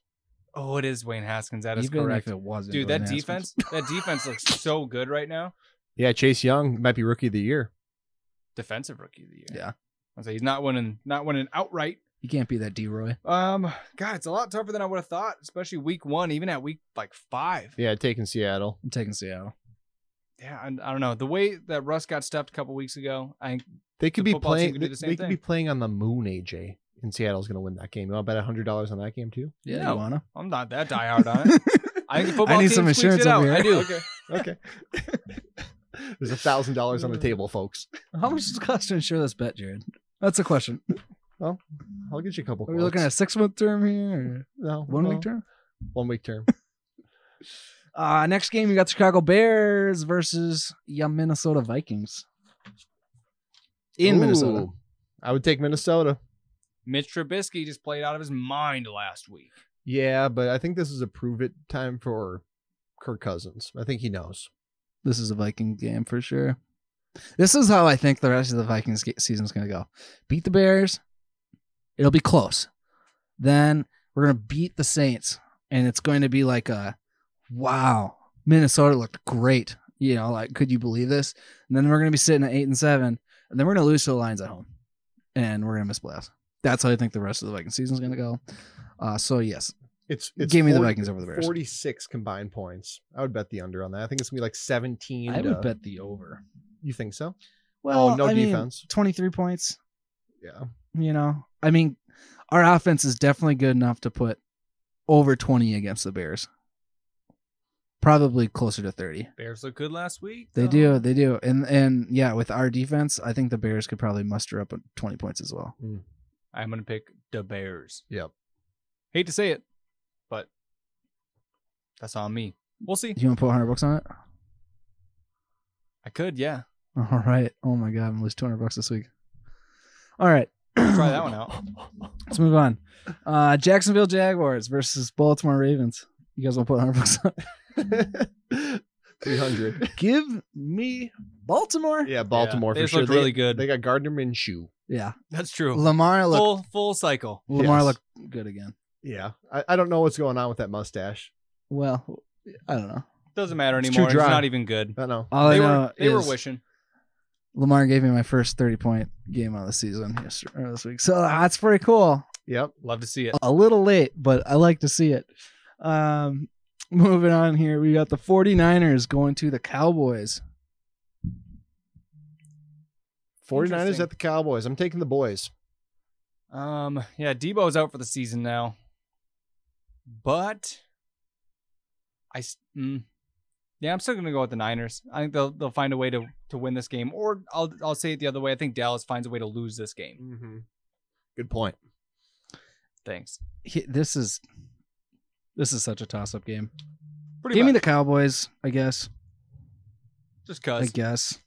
[SPEAKER 4] Oh, it is Wayne Haskins. That is
[SPEAKER 3] Even
[SPEAKER 4] correct.
[SPEAKER 3] if it wasn't.
[SPEAKER 4] Dude,
[SPEAKER 3] Dwayne
[SPEAKER 4] that
[SPEAKER 3] Haskins.
[SPEAKER 4] defense, that defense looks so good right now.
[SPEAKER 2] Yeah, Chase Young might be rookie of the year.
[SPEAKER 4] Defensive rookie of the year.
[SPEAKER 3] Yeah.
[SPEAKER 4] I say he's not winning, not winning outright.
[SPEAKER 3] You can't be that D Roy.
[SPEAKER 4] Um, God, it's a lot tougher than I would have thought, especially week one, even at week like five.
[SPEAKER 2] Yeah, taking Seattle.
[SPEAKER 3] I'm taking Seattle.
[SPEAKER 4] Yeah, I, I don't know. The way that Russ got stuffed a couple weeks ago, I think
[SPEAKER 2] They could
[SPEAKER 4] The
[SPEAKER 2] be
[SPEAKER 4] football team
[SPEAKER 2] playing.
[SPEAKER 4] could do
[SPEAKER 2] they
[SPEAKER 4] the same
[SPEAKER 2] they could be
[SPEAKER 4] thing.
[SPEAKER 2] playing on the moon, AJ. And Seattle's going to win that game. You want to bet hundred dollars on that game *laughs* too?
[SPEAKER 3] Yeah,
[SPEAKER 4] No.
[SPEAKER 3] you wanna?
[SPEAKER 4] I'm not that diehard
[SPEAKER 3] *laughs*
[SPEAKER 4] on it. I think the football
[SPEAKER 3] I need
[SPEAKER 4] team
[SPEAKER 3] some
[SPEAKER 4] squeaks
[SPEAKER 3] insurance
[SPEAKER 4] it out.
[SPEAKER 3] over here.
[SPEAKER 4] I do.
[SPEAKER 2] Okay. *laughs* There's a thousand dollars on the table, folks.
[SPEAKER 3] How much does it cost to insure this bet, Jared? That's a question.
[SPEAKER 2] I'll get you a couple.
[SPEAKER 3] Are we looking at a
[SPEAKER 2] quotes.
[SPEAKER 3] six month term here?
[SPEAKER 2] no
[SPEAKER 3] Or one
[SPEAKER 2] no.
[SPEAKER 3] week term?
[SPEAKER 2] One week term.
[SPEAKER 3] Uh, next game, we got the Chicago Bears versus your Minnesota Vikings in Minnesota.
[SPEAKER 2] Ooh. I would take Minnesota.
[SPEAKER 4] Mitch Trubisky just played out of his mind last week.
[SPEAKER 2] Yeah, but I think this is a prove it time for Kirk Cousins. I think he knows.
[SPEAKER 3] This is a Viking game for sure. This is how I think the rest of the Vikings ge- season's going to go. Beat the Bears. It'll be close. Then we're going to beat the Saints. And it's going to be like a wow, Minnesota looked great. You know, like, could you believe this? And then we're going to be sitting at eight and seven. And then we're going to lose to the Lions at home. And we're going to miss playoffs. That's how I think the rest of the Viking season's going to go. Uh, so, yes,
[SPEAKER 2] It's, it's
[SPEAKER 3] Give me the Vikings over the Bears.
[SPEAKER 2] 46 combined points. I would bet the under on that. I think it's going to be like 17.
[SPEAKER 3] I
[SPEAKER 2] to-
[SPEAKER 3] would bet the over.
[SPEAKER 2] You think so?
[SPEAKER 3] Well,
[SPEAKER 2] oh, no
[SPEAKER 3] I mean,
[SPEAKER 2] defense.
[SPEAKER 3] 23 points.
[SPEAKER 2] Yeah.
[SPEAKER 3] You know, I mean, our offense is definitely good enough to put over 20 against the Bears. Probably closer to 30.
[SPEAKER 4] Bears look good last week.
[SPEAKER 3] They
[SPEAKER 4] though.
[SPEAKER 3] do, they do, and and yeah, with our defense, I think the Bears could probably muster up 20 points as well.
[SPEAKER 4] I'm gonna pick the Bears.
[SPEAKER 2] Yep.
[SPEAKER 4] Hate to say it, but that's on me. We'll see.
[SPEAKER 3] You want to put 100 bucks on it?
[SPEAKER 4] I could, yeah.
[SPEAKER 3] All right. Oh my God, I'm gonna lose 200 bucks this week. All right.
[SPEAKER 4] Try
[SPEAKER 3] *clears throat*
[SPEAKER 4] that
[SPEAKER 3] *coughs*
[SPEAKER 4] one out.
[SPEAKER 3] Let's move on. Uh, Jacksonville Jaguars versus Baltimore Ravens. You guys want to put 100 bucks on?
[SPEAKER 4] *laughs*
[SPEAKER 2] 300.
[SPEAKER 3] Give me Baltimore.
[SPEAKER 2] Yeah, Baltimore
[SPEAKER 4] They
[SPEAKER 2] for
[SPEAKER 4] just
[SPEAKER 2] sure.
[SPEAKER 4] looked
[SPEAKER 2] They-
[SPEAKER 4] really good.
[SPEAKER 2] They got Gardner Minshew.
[SPEAKER 3] Yeah.
[SPEAKER 4] That's true.
[SPEAKER 3] Lamar looked
[SPEAKER 4] Full full cycle.
[SPEAKER 3] Lamar
[SPEAKER 2] Yes.
[SPEAKER 3] looked good again.
[SPEAKER 2] Yeah. I, I don't know what's going on with that mustache.
[SPEAKER 3] Well, I don't know.
[SPEAKER 4] Doesn't matter
[SPEAKER 2] It's too
[SPEAKER 4] anymore. It's,
[SPEAKER 2] dry.
[SPEAKER 4] not even good.
[SPEAKER 2] I don't know.
[SPEAKER 3] All
[SPEAKER 4] they
[SPEAKER 3] Oh, I
[SPEAKER 4] were
[SPEAKER 3] know
[SPEAKER 4] they were
[SPEAKER 3] is
[SPEAKER 4] wishing.
[SPEAKER 3] Lamar gave me my first thirty point game of the season yesterday or this week, so uh, that's pretty cool.
[SPEAKER 2] Yep.
[SPEAKER 4] Love to see it.
[SPEAKER 3] A little late, but I like to see it. Um, *laughs* moving on here, we got the 49ers going to the Cowboys.
[SPEAKER 2] 49ers
[SPEAKER 4] Interesting.
[SPEAKER 2] at the Cowboys. I'm taking the boys.
[SPEAKER 4] Um, yeah, Debo's out for the season now. But I, s- mm, yeah, I'm still gonna go with the Niners. I think they'll they'll find a way to to win this game, or I'll I'll say it the other way. I think Dallas finds a way to lose this game.
[SPEAKER 2] Mm-hmm. Good point.
[SPEAKER 4] Thanks.
[SPEAKER 3] He- This is this is such a toss up game.
[SPEAKER 4] Pretty
[SPEAKER 3] Give me
[SPEAKER 4] much.
[SPEAKER 3] the Cowboys, I guess.
[SPEAKER 4] just
[SPEAKER 3] I
[SPEAKER 4] cause.
[SPEAKER 3] guess.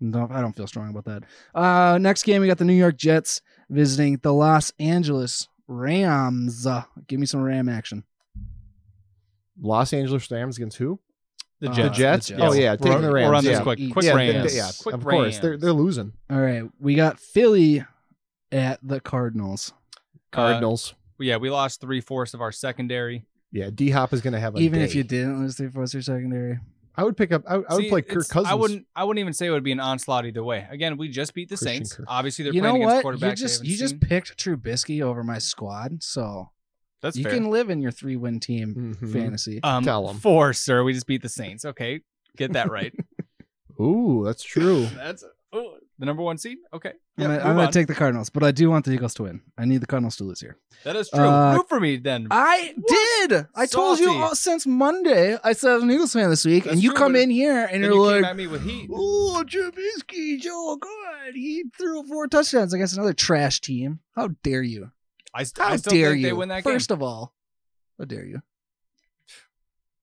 [SPEAKER 3] No, I don't feel strong about that. Uh, next game, we got the New York Jets visiting the Los Angeles Rams. Uh, give me some Ram action.
[SPEAKER 2] Los Angeles Rams against who?
[SPEAKER 4] The
[SPEAKER 3] Uh,
[SPEAKER 4] Jets.
[SPEAKER 2] the Jets? Oh, yeah, taking
[SPEAKER 4] We're-
[SPEAKER 2] the Rams,
[SPEAKER 4] We're on this
[SPEAKER 2] yeah.
[SPEAKER 4] quick.
[SPEAKER 3] Eat.
[SPEAKER 4] Quick
[SPEAKER 2] yeah, they-
[SPEAKER 4] Rams.
[SPEAKER 2] they- yeah,
[SPEAKER 4] quick Uh,
[SPEAKER 2] of
[SPEAKER 4] Rams.
[SPEAKER 2] course. They're they're losing.
[SPEAKER 3] All right, we got Philly at the Cardinals.
[SPEAKER 2] Cardinals.
[SPEAKER 4] yeah, we lost three fourths of our secondary.
[SPEAKER 2] yeah, D Hop is gonna have a
[SPEAKER 3] Even
[SPEAKER 2] day.
[SPEAKER 3] if you didn't lose three fourths your secondary,
[SPEAKER 2] I would pick up. I, I would
[SPEAKER 4] See,
[SPEAKER 2] play Kirk
[SPEAKER 4] it's-
[SPEAKER 2] Cousins.
[SPEAKER 4] I wouldn't. I wouldn't even say it would be an onslaught either way. Again, we just beat the
[SPEAKER 2] Christian
[SPEAKER 4] Saints.
[SPEAKER 2] Kirk.
[SPEAKER 4] Obviously, they're
[SPEAKER 3] you know
[SPEAKER 4] playing against
[SPEAKER 3] what? You
[SPEAKER 4] quarterbacks. they
[SPEAKER 3] just
[SPEAKER 4] haven't
[SPEAKER 3] you just
[SPEAKER 4] seen.
[SPEAKER 3] picked Trubisky over my squad, so
[SPEAKER 4] That's
[SPEAKER 3] you
[SPEAKER 4] fair.
[SPEAKER 3] can live in your three win team
[SPEAKER 2] Mhm.
[SPEAKER 3] fantasy.
[SPEAKER 4] Um,
[SPEAKER 2] Tell 'em.
[SPEAKER 4] Four, sir. We just beat the Saints. Okay, get that
[SPEAKER 3] *laughs*
[SPEAKER 4] right.
[SPEAKER 2] Ooh, that's true.
[SPEAKER 4] *laughs* That's oh, the number one seed. Okay,
[SPEAKER 3] I'm
[SPEAKER 4] yeah,
[SPEAKER 3] gonna-
[SPEAKER 4] move
[SPEAKER 3] I'm going
[SPEAKER 4] on.
[SPEAKER 3] to take the Cardinals, but I do want the Eagles to win. I need the Cardinals to lose here.
[SPEAKER 4] that is true.
[SPEAKER 3] uh,
[SPEAKER 4] Root for me then.
[SPEAKER 3] I did. I told you
[SPEAKER 4] Salty.
[SPEAKER 3] all, since Monday. I said I was an Eagles fan this week,
[SPEAKER 4] That's
[SPEAKER 3] and you
[SPEAKER 4] true,
[SPEAKER 3] come
[SPEAKER 4] but-
[SPEAKER 3] in here and
[SPEAKER 4] Then
[SPEAKER 3] you're
[SPEAKER 4] you came
[SPEAKER 3] like,
[SPEAKER 4] at me with heat.
[SPEAKER 3] "Oh, Trubisky, oh god, he threw four touchdowns against another trash team. How dare you?
[SPEAKER 4] I, st-
[SPEAKER 3] How
[SPEAKER 4] I still
[SPEAKER 3] dare
[SPEAKER 4] think
[SPEAKER 3] you?
[SPEAKER 4] they win that
[SPEAKER 3] First
[SPEAKER 4] game.
[SPEAKER 3] of all, how dare you?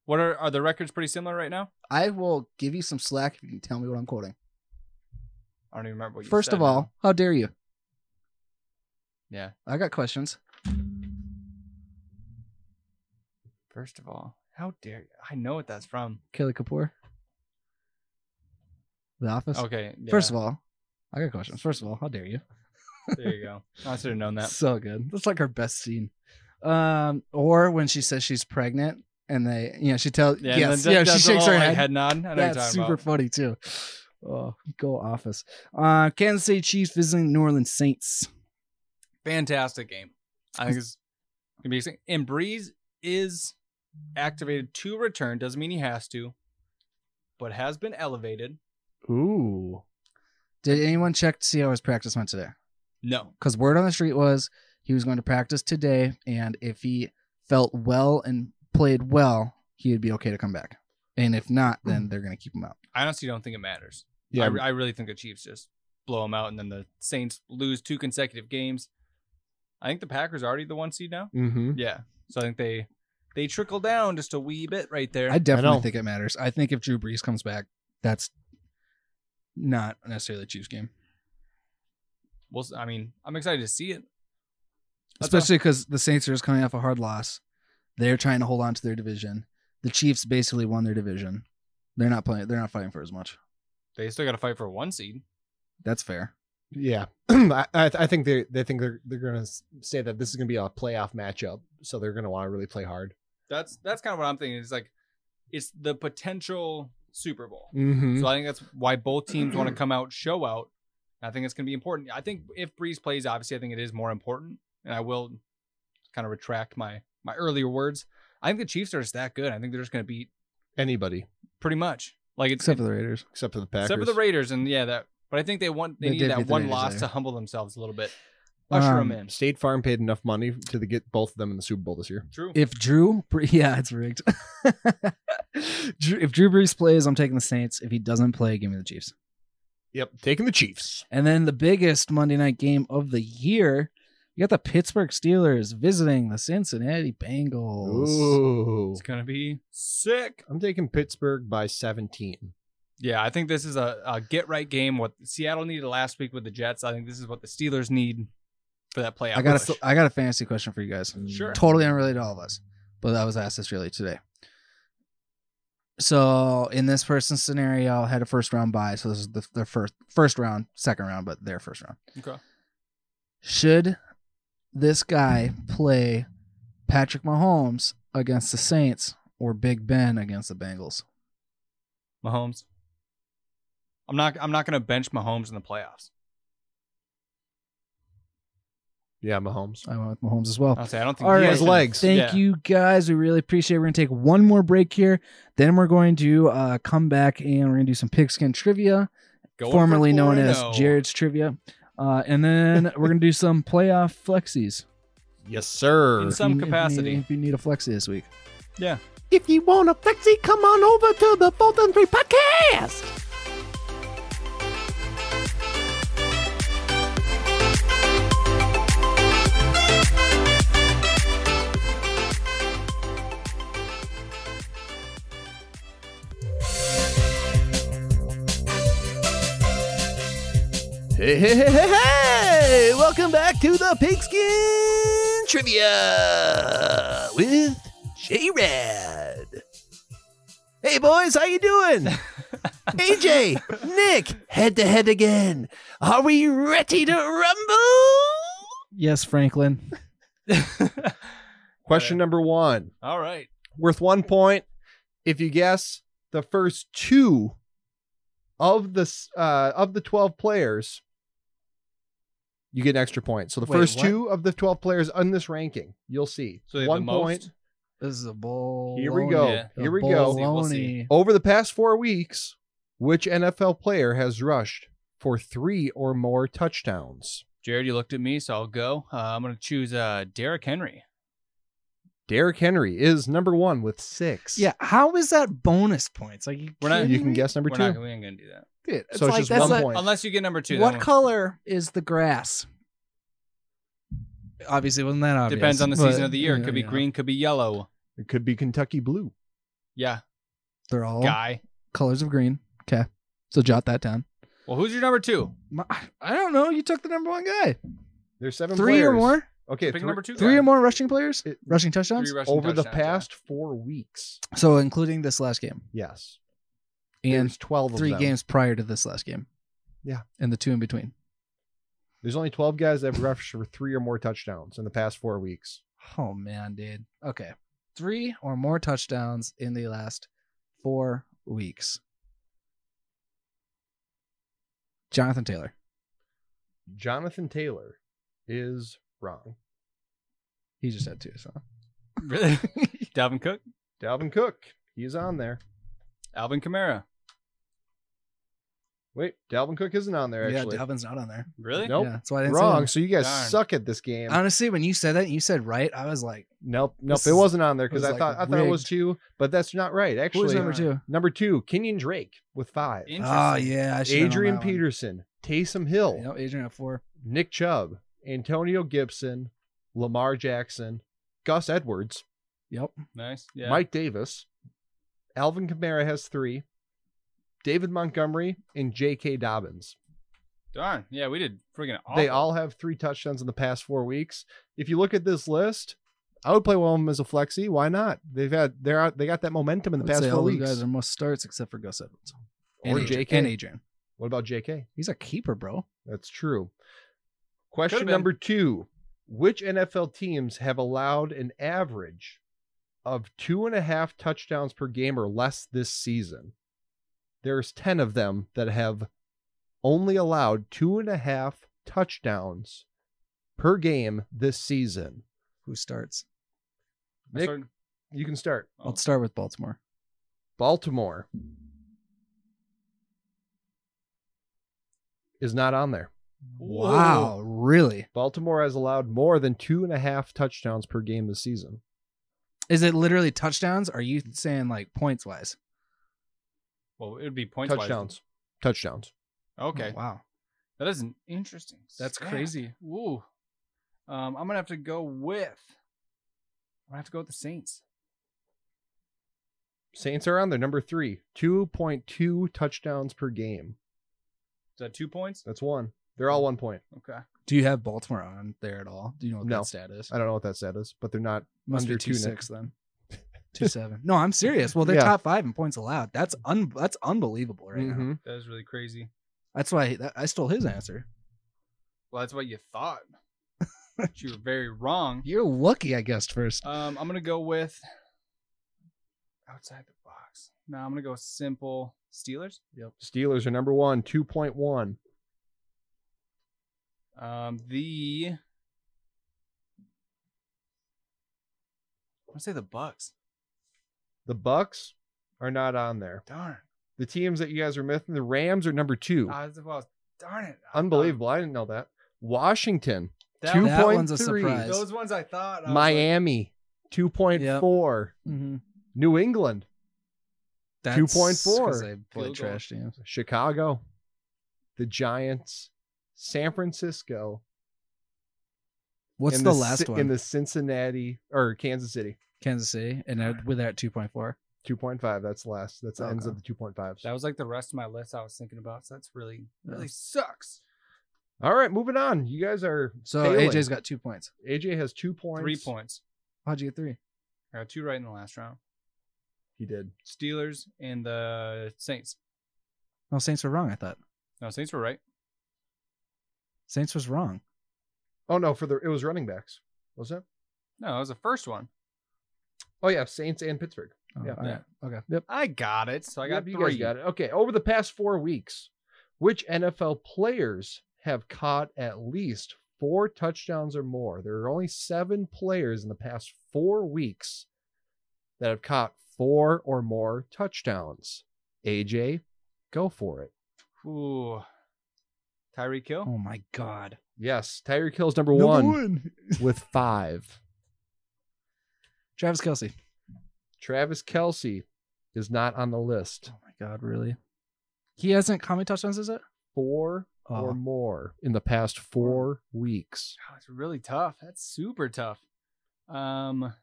[SPEAKER 4] What are are the records pretty similar right now?
[SPEAKER 3] I will give you some slack if you can tell me what I'm quoting.
[SPEAKER 4] I don't even remember what you
[SPEAKER 3] First
[SPEAKER 4] said
[SPEAKER 3] of all,
[SPEAKER 4] now.
[SPEAKER 3] how dare you?
[SPEAKER 4] Yeah.
[SPEAKER 3] I got questions.
[SPEAKER 4] First of all, how dare you? I know what that's from.
[SPEAKER 3] Kelly Kapoor, The Office.
[SPEAKER 4] Okay.
[SPEAKER 3] First of all, I got questions. First of all, how dare you?
[SPEAKER 4] there you go. I should have known
[SPEAKER 3] *laughs*
[SPEAKER 4] that.
[SPEAKER 3] So good. That's like her best scene. Um, or when she says she's pregnant and they, you know, she tells,
[SPEAKER 4] Yeah, and
[SPEAKER 3] yes,
[SPEAKER 4] then
[SPEAKER 3] yeah,
[SPEAKER 4] does the
[SPEAKER 3] she shakes
[SPEAKER 4] little,
[SPEAKER 3] her
[SPEAKER 4] like,
[SPEAKER 3] head.
[SPEAKER 4] head nod. I know what you're
[SPEAKER 3] That's
[SPEAKER 4] talking
[SPEAKER 3] super
[SPEAKER 4] about.
[SPEAKER 3] funny too. Oh, go office. Uh, Kansas City Chiefs visiting New Orleans Saints.
[SPEAKER 4] fantastic game. I think it's gonna be exciting. And Breeze is activated to return. Doesn't mean he has to, but has been elevated.
[SPEAKER 2] Ooh,
[SPEAKER 3] Did anyone check to see how his practice went today?
[SPEAKER 4] No,
[SPEAKER 3] Because word on the street was he was going to practice today, and if he felt well and played well, he would be okay to come back. And if not,
[SPEAKER 4] Hmm.
[SPEAKER 3] then they're going to keep him out.
[SPEAKER 4] I honestly don't think it matters.
[SPEAKER 2] yeah.
[SPEAKER 4] I, I really think the Chiefs just blow him out, and then the Saints lose two consecutive games. I think the Packers are already the one seed now.
[SPEAKER 2] mm-hmm.
[SPEAKER 4] Yeah, so I think they They trickle down just a wee bit right there.
[SPEAKER 3] I definitely
[SPEAKER 2] know.
[SPEAKER 3] think it matters. I think if Drew Brees comes back, that's not necessarily a Chiefs game,
[SPEAKER 4] we'll, s- I mean, I'm excited to see it. That's all.
[SPEAKER 3] especially because the Saints are just coming off a hard loss. They're trying to hold on to their division. The Chiefs basically won their division. They're not playing. They're not fighting for as much.
[SPEAKER 4] They still got to fight for one seed.
[SPEAKER 3] That's fair.
[SPEAKER 2] Yeah, *clears throat* I, I I think they they think they're they're gonna s- say that this is gonna be a playoff matchup, so they're gonna want to really play hard.
[SPEAKER 4] That's that's kind of what I'm thinking. It's like it's the potential Super Bowl.
[SPEAKER 2] Mm-hmm.
[SPEAKER 4] So I think that's why both teams want to come out, show out. I think it's going to be important. I think if Breeze plays, obviously, I think it is more important. And I will kind of retract my my earlier words. I think the Chiefs are just that good. I think they're just going to beat
[SPEAKER 2] Anybody
[SPEAKER 4] pretty much like it's
[SPEAKER 3] Except for the Raiders.
[SPEAKER 4] *laughs*
[SPEAKER 2] except for the Packers.
[SPEAKER 4] except for the Raiders and yeah that. But I think they want they,
[SPEAKER 3] They
[SPEAKER 4] need
[SPEAKER 3] did
[SPEAKER 4] that
[SPEAKER 3] beat the
[SPEAKER 4] one
[SPEAKER 3] Raiders
[SPEAKER 4] loss
[SPEAKER 3] there.
[SPEAKER 4] to humble themselves a little bit, usher
[SPEAKER 3] Um,
[SPEAKER 4] them in.
[SPEAKER 2] State Farm paid enough money to the- get both of them in the Super Bowl this year.
[SPEAKER 4] True.
[SPEAKER 3] If Drew, Bre- *laughs* yeah, it's rigged. Drew, if Drew Brees plays, I'm taking the Saints. If he doesn't play, give me the Chiefs.
[SPEAKER 2] Yep, taking the Chiefs.
[SPEAKER 3] And then the biggest Monday night game of the year, you got the Pittsburgh Steelers visiting the Cincinnati Bengals.
[SPEAKER 2] Ooh,
[SPEAKER 4] it's going to be sick.
[SPEAKER 2] I'm taking Pittsburgh by 17.
[SPEAKER 4] Yeah, I think this is a, a get right game. What Seattle needed last week with the Jets, I think this is what the Steelers need for that playoff.
[SPEAKER 3] I got a
[SPEAKER 4] push.
[SPEAKER 3] th- I got a fantasy question for you guys.
[SPEAKER 4] Sure.
[SPEAKER 3] Totally unrelated to all of us, but I was asked this really today. So in this person's scenario, had a first round bye, so this is the, their first first round, second round, but their first round.
[SPEAKER 4] Okay.
[SPEAKER 3] Should this guy play Patrick Mahomes against the Saints or Big Ben against the Bengals?
[SPEAKER 4] Mahomes. I'm not. I'm not going to bench Mahomes in the playoffs.
[SPEAKER 2] Yeah, Mahomes.
[SPEAKER 3] I went with Mahomes as well.
[SPEAKER 4] I'll say I don't think
[SPEAKER 3] All
[SPEAKER 4] he
[SPEAKER 3] right.
[SPEAKER 4] has
[SPEAKER 2] His legs.
[SPEAKER 3] Thank
[SPEAKER 4] Yeah.
[SPEAKER 3] you guys. We really appreciate it. We're going to take one more break here. Then we're going to uh, come back and we're going to do some pigskin trivia,
[SPEAKER 4] Going for oh.
[SPEAKER 3] formerly known
[SPEAKER 4] 4-0.
[SPEAKER 3] as Jared's Trivia. Uh, and then we're going to do some playoff flexies.
[SPEAKER 2] Yes, sir.
[SPEAKER 4] In *laughs* some
[SPEAKER 3] If you- if you need-
[SPEAKER 4] capacity.
[SPEAKER 3] If you need a flexi this week.
[SPEAKER 2] If you want a flexi, come on over to the Bolt and Three podcast. Hey, hey, hey, hey, hey! Welcome back to the Pigskin Trivia with J Rad. Hey boys, how you doing? AJ, Nick, head to head again. Are we ready to rumble?
[SPEAKER 3] Yes, Franklin.
[SPEAKER 2] Question number one,
[SPEAKER 4] *laughs* All right.
[SPEAKER 2] worth one point. If you guess the first two of the s- uh, of the twelve players, you get an extra point. So the
[SPEAKER 3] Wait,
[SPEAKER 2] first
[SPEAKER 3] what?
[SPEAKER 2] two of the twelve players on this ranking, you'll see.
[SPEAKER 4] So they have
[SPEAKER 2] one
[SPEAKER 4] the most?
[SPEAKER 2] point.
[SPEAKER 3] This is a bull.
[SPEAKER 2] Here we go.
[SPEAKER 4] Yeah.
[SPEAKER 2] Here we go.
[SPEAKER 4] We'll see.
[SPEAKER 2] Over the past four weeks, which NFL player has rushed for three or more touchdowns?
[SPEAKER 4] Jared, you looked at me, so I'll go. Uh, I'm going to choose uh, Derrick Henry.
[SPEAKER 2] Derrick Henry is number one with six.
[SPEAKER 3] Yeah, how is that bonus points? Like you
[SPEAKER 4] We're not-
[SPEAKER 3] kidding
[SPEAKER 2] You can
[SPEAKER 3] me?
[SPEAKER 2] guess number
[SPEAKER 4] We're
[SPEAKER 2] two.
[SPEAKER 4] not. We ain't going to do that.
[SPEAKER 3] Dude, it's
[SPEAKER 2] so it's
[SPEAKER 3] like-
[SPEAKER 2] just
[SPEAKER 3] that's
[SPEAKER 2] one
[SPEAKER 3] like-
[SPEAKER 2] point.
[SPEAKER 4] Unless you get number two.
[SPEAKER 3] What
[SPEAKER 4] then
[SPEAKER 3] color is the grass? Obviously, wasn't that
[SPEAKER 4] we'll-
[SPEAKER 3] obvious?
[SPEAKER 4] Depends on the
[SPEAKER 3] but-
[SPEAKER 4] season of the year. It
[SPEAKER 3] Yeah,
[SPEAKER 4] could be
[SPEAKER 3] yeah.
[SPEAKER 4] green. Could be yellow.
[SPEAKER 2] It could be Kentucky blue.
[SPEAKER 4] Yeah.
[SPEAKER 3] They're all
[SPEAKER 4] Guy.
[SPEAKER 3] colors of green. Okay, so jot that down.
[SPEAKER 4] Well, who's your number two?
[SPEAKER 3] My- I don't know. You took the number one guy.
[SPEAKER 2] There's seven.
[SPEAKER 3] Three or
[SPEAKER 2] players.
[SPEAKER 3] more.
[SPEAKER 2] Okay,
[SPEAKER 4] Pick
[SPEAKER 2] three-
[SPEAKER 4] number two.
[SPEAKER 3] Three
[SPEAKER 4] guy.
[SPEAKER 3] or more rushing players.
[SPEAKER 2] It-
[SPEAKER 3] rushing touchdowns.
[SPEAKER 4] Three rushing
[SPEAKER 2] over the
[SPEAKER 4] touchdowns, yeah.
[SPEAKER 2] past four weeks.
[SPEAKER 3] so including this last game
[SPEAKER 2] Yes,
[SPEAKER 3] and
[SPEAKER 2] there's twelve. of
[SPEAKER 3] three
[SPEAKER 2] them.
[SPEAKER 3] games prior to this last game.
[SPEAKER 2] Yeah.
[SPEAKER 3] and the two in between.
[SPEAKER 2] There's only twelve guys that have rushed for three or more touchdowns in the past four weeks.
[SPEAKER 3] Oh man, dude. Okay, three or more touchdowns in the last four weeks. Jonathan Taylor.
[SPEAKER 2] Jonathan Taylor is wrong.
[SPEAKER 3] He just had two. So
[SPEAKER 4] Really? *laughs* Dalvin Cook,
[SPEAKER 2] Dalvin Cook, he is on there.
[SPEAKER 4] Alvin Kamara.
[SPEAKER 2] Wait, Dalvin Cook isn't on there actually.
[SPEAKER 3] yeah, Dalvin's not on there.
[SPEAKER 4] Really?
[SPEAKER 2] Nope.
[SPEAKER 3] Yeah, that's why I didn't say
[SPEAKER 2] Wrong.
[SPEAKER 3] that.
[SPEAKER 2] So you guys
[SPEAKER 4] Darn.
[SPEAKER 2] suck at this game.
[SPEAKER 3] Honestly, when you said that, and you said right. I was like,
[SPEAKER 2] nope, nope.
[SPEAKER 3] This
[SPEAKER 2] It
[SPEAKER 3] is-
[SPEAKER 2] wasn't on there
[SPEAKER 3] was
[SPEAKER 2] because I
[SPEAKER 3] like
[SPEAKER 2] thought I thought it was
[SPEAKER 3] rigged.
[SPEAKER 2] two, but that's not right.
[SPEAKER 3] who was
[SPEAKER 2] Actually,
[SPEAKER 3] number two?
[SPEAKER 2] number two, Kenyon Drake with five.
[SPEAKER 4] In-
[SPEAKER 3] Oh
[SPEAKER 4] Interesting.
[SPEAKER 3] yeah, I should've known
[SPEAKER 2] Adrian
[SPEAKER 3] that one.
[SPEAKER 2] Peterson, Taysom Hill,
[SPEAKER 3] Yep, Adrian at four.
[SPEAKER 2] Nick Chubb, Antonio Gibson, Lamar Jackson, Gus Edwards,
[SPEAKER 3] Yep.
[SPEAKER 4] Nice. Yeah.
[SPEAKER 2] Mike Davis, Alvin Kamara has three, David Montgomery, and J.K. Dobbins.
[SPEAKER 4] Darn. Yeah, we did freaking awful.
[SPEAKER 2] They all have three touchdowns in the past four weeks. If you look at this list, I would play one of them as a flexi. Why not? They've had they're out, they got that momentum in the
[SPEAKER 3] I'd
[SPEAKER 2] past
[SPEAKER 3] say
[SPEAKER 2] four
[SPEAKER 3] all those
[SPEAKER 2] weeks.
[SPEAKER 3] guys are must starts except for Gus Edwards
[SPEAKER 2] Or
[SPEAKER 3] Adrian-
[SPEAKER 2] JK.
[SPEAKER 3] and Adrian.
[SPEAKER 2] What about J.K.?
[SPEAKER 3] He's a keeper, bro.
[SPEAKER 2] That's true. Question
[SPEAKER 4] been.
[SPEAKER 2] number two: Which NFL teams have allowed an average of two and a half touchdowns per game or less this season? There's ten of them that have only allowed two and a half touchdowns per game this season.
[SPEAKER 3] Who starts?
[SPEAKER 4] I
[SPEAKER 2] Nick,
[SPEAKER 4] started-
[SPEAKER 2] you can start.
[SPEAKER 4] Oh.
[SPEAKER 3] Let's start with Baltimore.
[SPEAKER 2] Baltimore
[SPEAKER 4] Hmm.
[SPEAKER 2] is not on there.
[SPEAKER 3] Wow, really?
[SPEAKER 2] Baltimore has allowed more than two and a half touchdowns per game this season.
[SPEAKER 3] Is it literally touchdowns? Are you saying like points wise?
[SPEAKER 4] Well, it would be points.
[SPEAKER 2] touchdowns. Touchdowns.
[SPEAKER 4] Okay.
[SPEAKER 3] Oh, wow.
[SPEAKER 4] That is an interesting.
[SPEAKER 3] That's
[SPEAKER 4] stat.
[SPEAKER 3] crazy.
[SPEAKER 4] Ooh. Um, I'm gonna have to go with. I'm gonna have to go with the Saints.
[SPEAKER 2] Saints are on there. Number three, 2.2 touchdowns per game.
[SPEAKER 4] Is that two points?
[SPEAKER 2] That's one. They're
[SPEAKER 3] Hmm.
[SPEAKER 2] all one point.
[SPEAKER 4] Okay.
[SPEAKER 3] Do you have Baltimore on there at all? Do you know what
[SPEAKER 2] No.
[SPEAKER 3] that stat is?
[SPEAKER 2] I don't know what that stat is, but they're not.
[SPEAKER 3] Must be
[SPEAKER 2] under
[SPEAKER 3] two
[SPEAKER 2] two net.
[SPEAKER 3] six
[SPEAKER 2] *laughs*
[SPEAKER 3] then. two seven. No, I'm serious. Well, they're
[SPEAKER 2] Yeah.
[SPEAKER 3] top five in points allowed. That's un that's unbelievable right now.
[SPEAKER 2] Mhm.
[SPEAKER 4] That is really crazy.
[SPEAKER 3] That's why that, I stole his answer.
[SPEAKER 4] Well, that's what you
[SPEAKER 2] *laughs*
[SPEAKER 4] thought. but you were very wrong.
[SPEAKER 3] You're lucky I guessed first.
[SPEAKER 4] Um, I'm gonna go with outside the box. No, I'm gonna go simple Steelers.
[SPEAKER 2] Steelers are number one, 2.1.
[SPEAKER 4] Um, the I'm gonna say the Bucks.
[SPEAKER 2] The Bucks are not on there.
[SPEAKER 4] Darn.
[SPEAKER 2] The teams that you guys are missing, the Rams are number two.
[SPEAKER 4] Ah, that's what I was- darn it. I thought-
[SPEAKER 2] Unbelievable. I didn't know that. Washington,
[SPEAKER 4] That-
[SPEAKER 2] two
[SPEAKER 3] ah. that
[SPEAKER 2] point
[SPEAKER 3] one's a
[SPEAKER 2] three.
[SPEAKER 3] surprise.
[SPEAKER 4] Those ones I thought. I was like,
[SPEAKER 2] Miami, 2.4.
[SPEAKER 3] Mm-hmm.
[SPEAKER 2] New England, 2.4.
[SPEAKER 3] I played
[SPEAKER 4] Field goal.
[SPEAKER 3] trash teams.
[SPEAKER 2] Chicago, the Giants, San Francisco.
[SPEAKER 3] What's
[SPEAKER 2] and
[SPEAKER 3] the,
[SPEAKER 2] Ci-
[SPEAKER 3] last one?
[SPEAKER 2] In the Cincinnati or Kansas City,
[SPEAKER 3] Kansas City, and that, with that 2.4.
[SPEAKER 2] 2.5. That's the last. That's the ends
[SPEAKER 3] Okay.
[SPEAKER 2] of the 2.5s.
[SPEAKER 4] that was like the rest of my list I was thinking about. So that's really
[SPEAKER 3] Yeah.
[SPEAKER 4] really sucks.
[SPEAKER 2] All right, moving on. You guys are
[SPEAKER 3] So
[SPEAKER 2] failing.
[SPEAKER 3] AJ's got two points.
[SPEAKER 2] AJ has two points.
[SPEAKER 4] Three points.
[SPEAKER 3] How'd you get three?
[SPEAKER 4] I got two right in the last round.
[SPEAKER 2] He did.
[SPEAKER 4] Steelers and the Saints.
[SPEAKER 3] No, Saints were wrong. I thought
[SPEAKER 4] No, Saints were right.
[SPEAKER 3] Saints was wrong.
[SPEAKER 2] Oh no, for the it was running backs. Was it?
[SPEAKER 4] No, that was the first one.
[SPEAKER 2] Oh yeah, Saints and Pittsburgh.
[SPEAKER 3] Oh,
[SPEAKER 2] Yeah.
[SPEAKER 3] all right. Okay.
[SPEAKER 4] I got it. So I got
[SPEAKER 2] Yep, you
[SPEAKER 4] three.
[SPEAKER 2] guys got it. Okay, over the past four weeks, which NFL players have caught at least four touchdowns or more? There are only seven players in the past four weeks that have caught four or more touchdowns. AJ, go for it.
[SPEAKER 4] Ooh. Tyreek
[SPEAKER 2] Hmm.
[SPEAKER 4] Hill.
[SPEAKER 3] Oh my God.
[SPEAKER 2] Yes, Tyreek Hill's number, one, *laughs* with five.
[SPEAKER 3] Travis Kelsey.
[SPEAKER 2] Travis Kelsey is not on the list.
[SPEAKER 3] Oh my God, really? He hasn't. How many touchdowns is it?
[SPEAKER 2] Four or
[SPEAKER 3] Oh,
[SPEAKER 2] more in the past Uh-huh. four weeks.
[SPEAKER 4] God, it's really tough. That's super tough. Um,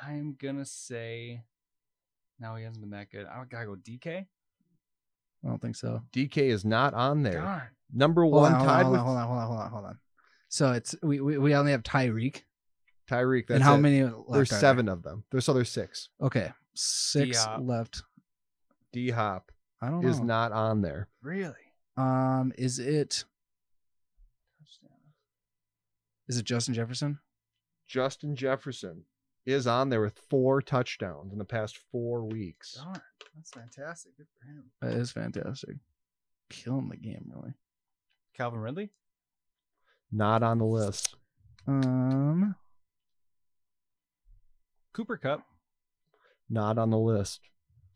[SPEAKER 4] I'm gonna say, no, he hasn't been that good. I gotta go DK.
[SPEAKER 3] I don't think so.
[SPEAKER 2] DK is not on there.
[SPEAKER 4] Darn.
[SPEAKER 2] Number
[SPEAKER 3] Hold
[SPEAKER 2] one
[SPEAKER 3] on, hold on,
[SPEAKER 2] tied
[SPEAKER 3] hold
[SPEAKER 2] with
[SPEAKER 3] on, hold on, hold on, hold on, hold on. So it's we we, we only have Tyreek.
[SPEAKER 2] Tyreek. That's
[SPEAKER 3] And how
[SPEAKER 2] it.
[SPEAKER 3] many? Left
[SPEAKER 2] There's
[SPEAKER 3] are
[SPEAKER 2] seven of them. There's so there's six.
[SPEAKER 3] There? Okay, six
[SPEAKER 4] Diop.
[SPEAKER 3] left.
[SPEAKER 2] D Hop
[SPEAKER 3] I don't know.
[SPEAKER 2] is not on there.
[SPEAKER 4] Really?
[SPEAKER 3] Um, is it? Is it Justin Jefferson?
[SPEAKER 2] Justin Jefferson is on there with four touchdowns in the past four weeks.
[SPEAKER 4] Darn. That's fantastic. Good for him.
[SPEAKER 3] That is fantastic. Killing the game, really.
[SPEAKER 4] Calvin Ridley.
[SPEAKER 2] Not on the list.
[SPEAKER 3] Um,
[SPEAKER 4] Cooper Cup.
[SPEAKER 2] Not on the list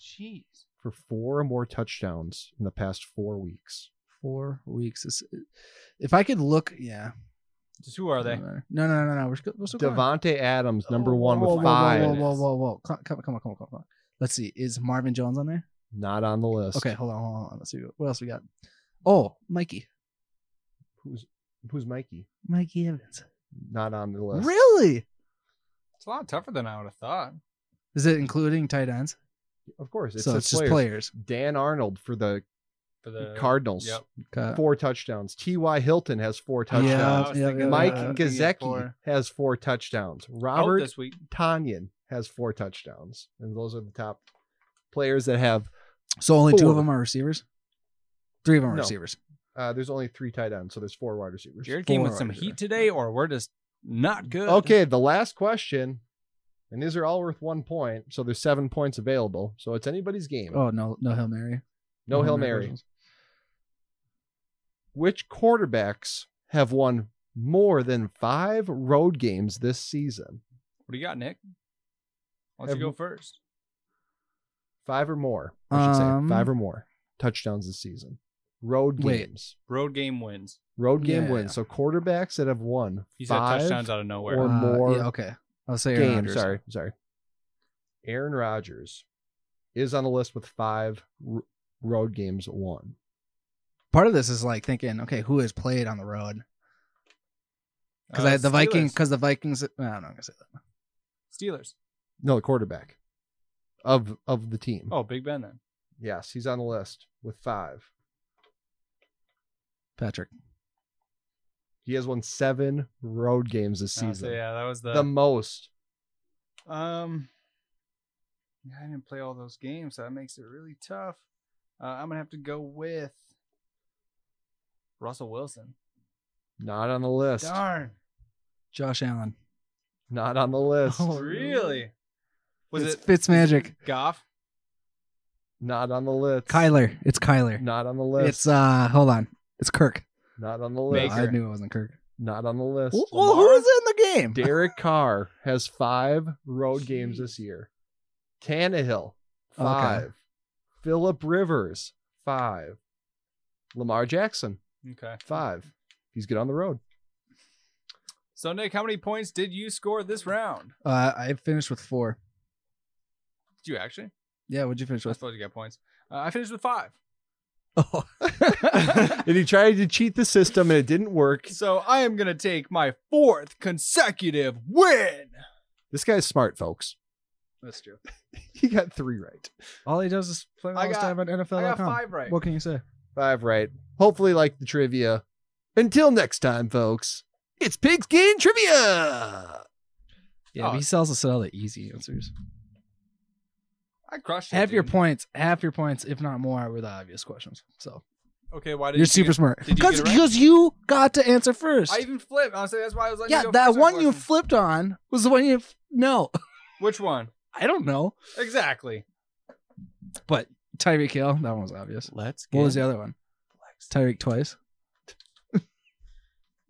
[SPEAKER 4] Jeez.
[SPEAKER 2] for four or more touchdowns in the past four weeks.
[SPEAKER 3] four weeks. This- If I could look, yeah.
[SPEAKER 4] Just who are they?
[SPEAKER 2] Mm.
[SPEAKER 3] doesn't matter. No, no, no, no. We're still, we're still going.
[SPEAKER 2] Devonte Adams, number
[SPEAKER 4] Oh,
[SPEAKER 2] one
[SPEAKER 3] Whoa,
[SPEAKER 2] with
[SPEAKER 3] whoa,
[SPEAKER 2] five.
[SPEAKER 3] Whoa, whoa, whoa, whoa, whoa! Come, on, come on, come on, come on. Let's see. Is Marvin Jones on there?
[SPEAKER 2] Not on the list.
[SPEAKER 3] Okay, hold on, hold on. hold on. Let's see what else we got. Oh, Mikey,
[SPEAKER 2] Who's who's Mikey?
[SPEAKER 3] Mikey Evans.
[SPEAKER 2] Not on the list.
[SPEAKER 3] Really?
[SPEAKER 4] It's a lot tougher than I would have thought.
[SPEAKER 3] Is it including tight ends?
[SPEAKER 2] Of course, it
[SPEAKER 3] so
[SPEAKER 2] says
[SPEAKER 3] it's just Uh,
[SPEAKER 2] players.
[SPEAKER 3] players.
[SPEAKER 2] Dan Arnold for the
[SPEAKER 4] For the
[SPEAKER 2] Cardinals,
[SPEAKER 4] Yep.
[SPEAKER 3] Okay.
[SPEAKER 2] four touchdowns. T.Y. Hilton has four
[SPEAKER 3] Yeah,
[SPEAKER 2] touchdowns.
[SPEAKER 4] Uh, I was
[SPEAKER 3] yeah,
[SPEAKER 4] thinking
[SPEAKER 3] yeah,
[SPEAKER 2] Mike
[SPEAKER 3] yeah.
[SPEAKER 4] I'm thinking
[SPEAKER 2] Gazeki
[SPEAKER 4] for-
[SPEAKER 2] has four touchdowns.
[SPEAKER 4] Hope
[SPEAKER 2] Robert
[SPEAKER 4] this week.
[SPEAKER 2] Tanyan has four touchdowns, and those are the top players that have.
[SPEAKER 3] So only two
[SPEAKER 2] Four.
[SPEAKER 3] of them are receivers. Three of them are
[SPEAKER 2] No.
[SPEAKER 3] receivers.
[SPEAKER 2] Uh, there's only three tight ends, so there's four wide receivers.
[SPEAKER 4] Jared came with
[SPEAKER 3] four
[SPEAKER 4] some
[SPEAKER 3] under.
[SPEAKER 4] heat today, or we're just not good.
[SPEAKER 2] Okay, the last question, and these are all worth one point, so there's seven points available. So it's anybody's game.
[SPEAKER 3] Oh no, no Hail Mary.
[SPEAKER 2] no hail mary.
[SPEAKER 3] questions.
[SPEAKER 2] Which quarterbacks have won more than five road games this season?
[SPEAKER 4] What do you got, Nick? Why don't you
[SPEAKER 2] Have-
[SPEAKER 4] go first?
[SPEAKER 2] Five or more, I should
[SPEAKER 3] Um,
[SPEAKER 2] say. Five or more touchdowns this season. Road
[SPEAKER 3] Wait.
[SPEAKER 2] games.
[SPEAKER 4] Road game wins.
[SPEAKER 2] Road game
[SPEAKER 3] Yeah.
[SPEAKER 2] wins. So quarterbacks that have won
[SPEAKER 4] He said
[SPEAKER 2] five
[SPEAKER 4] touchdowns out of nowhere.
[SPEAKER 2] or
[SPEAKER 3] Uh,
[SPEAKER 2] more
[SPEAKER 3] yeah, okay. I'll say Aaron
[SPEAKER 2] games.
[SPEAKER 3] Rodgers.
[SPEAKER 2] Sorry, sorry. Aaron Rodgers is on the list with five r- road games won.
[SPEAKER 3] Part of this is like thinking, okay, who has played on the road? Because
[SPEAKER 4] Uh,
[SPEAKER 3] I the Vikings,
[SPEAKER 4] Steelers.
[SPEAKER 3] because the Vikings. No, I'm not gonna say that.
[SPEAKER 4] Steelers.
[SPEAKER 2] No, the quarterback of of the team.
[SPEAKER 4] Oh, Big Ben then.
[SPEAKER 2] Yes, he's on the list with five.
[SPEAKER 3] Patrick.
[SPEAKER 2] He has won seven road games this
[SPEAKER 4] Uh,
[SPEAKER 2] season.
[SPEAKER 4] so yeah, that was the,
[SPEAKER 2] the most.
[SPEAKER 4] um. yeah, I didn't play all those games, so that makes it really tough. Uh, I'm gonna have to go with Russell Wilson.
[SPEAKER 2] Not on the list.
[SPEAKER 4] Darn.
[SPEAKER 3] Josh Allen.
[SPEAKER 2] Not on the list.
[SPEAKER 3] Oh,
[SPEAKER 4] really? Was
[SPEAKER 3] it's
[SPEAKER 4] it
[SPEAKER 3] Fitz Magic?
[SPEAKER 4] Goff?
[SPEAKER 2] Not on the list.
[SPEAKER 3] Kyler. It's Kyler.
[SPEAKER 2] Not on the list.
[SPEAKER 3] It's uh. Hold on. It's Kirk.
[SPEAKER 2] Not on the
[SPEAKER 3] No,
[SPEAKER 2] list.
[SPEAKER 3] I
[SPEAKER 4] Baker.
[SPEAKER 3] knew it wasn't Kirk.
[SPEAKER 2] Not on the list.
[SPEAKER 3] Well, who is in the game?
[SPEAKER 2] Derek Carr has five road games this year. Tannehill,
[SPEAKER 3] Okay.
[SPEAKER 2] five. Philip Rivers, five. Lamar Jackson,
[SPEAKER 4] Okay.
[SPEAKER 2] five. He's good on the road.
[SPEAKER 4] So Nick, how many points did you score this round?
[SPEAKER 3] Uh, I finished with four.
[SPEAKER 4] Did you actually?
[SPEAKER 3] Yeah, what'd you finish
[SPEAKER 4] I
[SPEAKER 3] with?
[SPEAKER 4] suppose you got points. Uh, I finished with five.
[SPEAKER 3] *laughs* Oh,
[SPEAKER 2] *laughs* and he tried to cheat the system and it didn't work.
[SPEAKER 4] So I am gonna take my fourth consecutive win.
[SPEAKER 2] This guy's smart, folks.
[SPEAKER 3] that's true.
[SPEAKER 2] He got three right.
[SPEAKER 3] All he does is play all
[SPEAKER 4] I
[SPEAKER 3] his
[SPEAKER 4] got-
[SPEAKER 3] time on NFL.com.
[SPEAKER 4] I got five right.
[SPEAKER 3] What can you say?
[SPEAKER 2] Five right. Hopefully, like the trivia. Until next time, folks, it's Pigskin Trivia.
[SPEAKER 3] Yeah, but
[SPEAKER 4] Oh.
[SPEAKER 3] he sells us all the easy answers.
[SPEAKER 4] I crushed it,
[SPEAKER 3] Half your
[SPEAKER 4] dude.
[SPEAKER 3] points, half your points, if not more, were the obvious questions. So
[SPEAKER 4] Okay, why did
[SPEAKER 3] you're
[SPEAKER 4] you
[SPEAKER 3] super
[SPEAKER 4] get-
[SPEAKER 3] smart
[SPEAKER 4] did you
[SPEAKER 3] because
[SPEAKER 4] get it right?
[SPEAKER 3] because you got to answer first.
[SPEAKER 4] I even flipped. Honestly, that's why I was like,
[SPEAKER 3] yeah,
[SPEAKER 4] go
[SPEAKER 3] that
[SPEAKER 4] first
[SPEAKER 3] one you
[SPEAKER 4] question.
[SPEAKER 3] flipped on was the one you f- no. *laughs*
[SPEAKER 4] Which one?
[SPEAKER 3] I don't know.
[SPEAKER 4] Exactly.
[SPEAKER 3] Tyreek Hill, that one was obvious.
[SPEAKER 4] Let's.
[SPEAKER 3] What was the other one? Tyreek twice.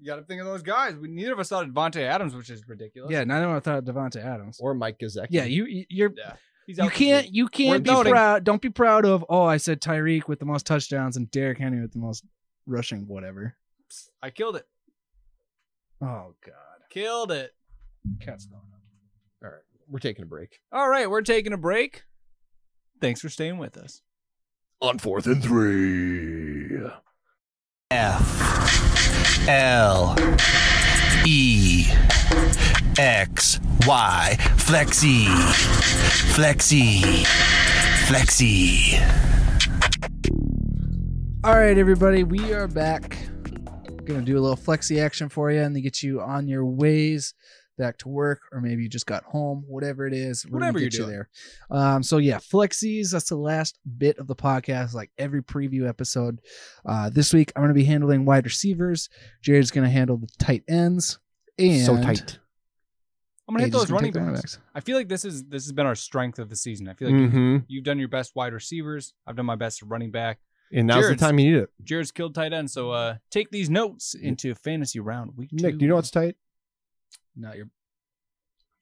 [SPEAKER 4] You got to think of those guys. We neither of us thought Devonte Adams, which is ridiculous.
[SPEAKER 3] Yeah, neither one thought of Devonte Adams.
[SPEAKER 2] Or Mike Gazeki.
[SPEAKER 3] Yeah, you you're
[SPEAKER 4] yeah. He's
[SPEAKER 3] you
[SPEAKER 4] out for the
[SPEAKER 3] can't
[SPEAKER 4] week.
[SPEAKER 3] you can't be
[SPEAKER 4] doubting.
[SPEAKER 3] proud. Don't be proud of oh I said Tyreek with the most touchdowns and Derrick Henry with the most rushing whatever.
[SPEAKER 4] I killed it.
[SPEAKER 3] Oh god,
[SPEAKER 4] Killed it.
[SPEAKER 3] cat's going on.
[SPEAKER 2] All right, we're taking a break.
[SPEAKER 4] All right, we're taking a break. Thanks for staying with us.
[SPEAKER 2] On fourth and three.
[SPEAKER 5] F L E X Y Flexi Flexi Flexi
[SPEAKER 3] All right, everybody, we are back. Gonna do a little flexi action for you and then get you on your ways back to work, or maybe you just got home, whatever it is. we're gonna
[SPEAKER 4] Whatever
[SPEAKER 3] get
[SPEAKER 4] you're
[SPEAKER 3] you
[SPEAKER 4] doing.
[SPEAKER 3] there. Um, so yeah, flexies. That's the last bit of the podcast. Like every preview episode, uh, this week I'm gonna be handling wide receivers. Jared's gonna handle the tight ends. And
[SPEAKER 2] so tight.
[SPEAKER 4] I'm gonna hit
[SPEAKER 3] Agee's
[SPEAKER 4] those
[SPEAKER 3] take
[SPEAKER 4] running
[SPEAKER 3] the
[SPEAKER 4] backs. I feel like this is this has been our strength of the season. I feel like you've,
[SPEAKER 3] Mm.
[SPEAKER 2] Mm-hmm.
[SPEAKER 4] you've done your best wide receivers. I've done my best at running back.
[SPEAKER 2] And now's
[SPEAKER 4] Jared's-
[SPEAKER 2] the time you need it.
[SPEAKER 4] Jared's killed tight end, so uh, take these notes into fantasy round week two.
[SPEAKER 2] Nick, do you know what's tight?
[SPEAKER 3] No, you're.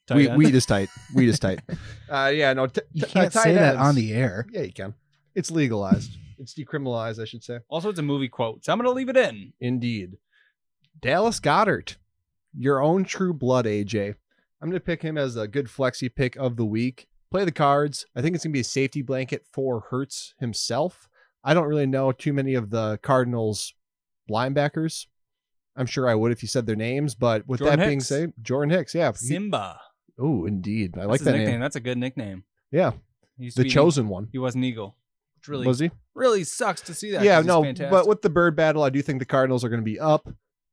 [SPEAKER 4] tight
[SPEAKER 2] we,
[SPEAKER 4] end?
[SPEAKER 2] weed is tight. Weed
[SPEAKER 3] *laughs*
[SPEAKER 2] is tight. Uh, yeah, no. T-
[SPEAKER 3] You
[SPEAKER 2] t- uh,
[SPEAKER 3] can't
[SPEAKER 2] tight
[SPEAKER 3] say that
[SPEAKER 2] ends.
[SPEAKER 3] on the air.
[SPEAKER 2] Yeah, you can. It's legalized. it's decriminalized, I should say.
[SPEAKER 4] Also, it's a movie quote, so I'm gonna leave it in.
[SPEAKER 2] Indeed. Dallas Goddard, your own true blood, AJ. I'm going to pick him as a good flexi pick of the week. Play the cards. I think it's going to be a safety blanket for Hertz himself. I don't really know too many of the Cardinals linebackers. I'm sure I would if you said their names, but with
[SPEAKER 4] Jordan
[SPEAKER 2] that being
[SPEAKER 4] Hicks.
[SPEAKER 2] said, Jordan Hicks, yeah. he-
[SPEAKER 4] Simba.
[SPEAKER 2] Oh, indeed. I
[SPEAKER 4] That's
[SPEAKER 2] like
[SPEAKER 4] his
[SPEAKER 2] that
[SPEAKER 4] nickname.
[SPEAKER 2] name.
[SPEAKER 4] That's a good nickname.
[SPEAKER 2] Yeah,
[SPEAKER 4] He used to
[SPEAKER 2] the
[SPEAKER 4] be an
[SPEAKER 2] chosen one.
[SPEAKER 4] eagle. He was an eagle. Which really,
[SPEAKER 2] Was he?
[SPEAKER 4] really sucks to see that.
[SPEAKER 2] yeah,
[SPEAKER 4] 'cause he's
[SPEAKER 2] no.
[SPEAKER 4] fantastic.
[SPEAKER 2] But with the bird battle, I do think the Cardinals are going to be up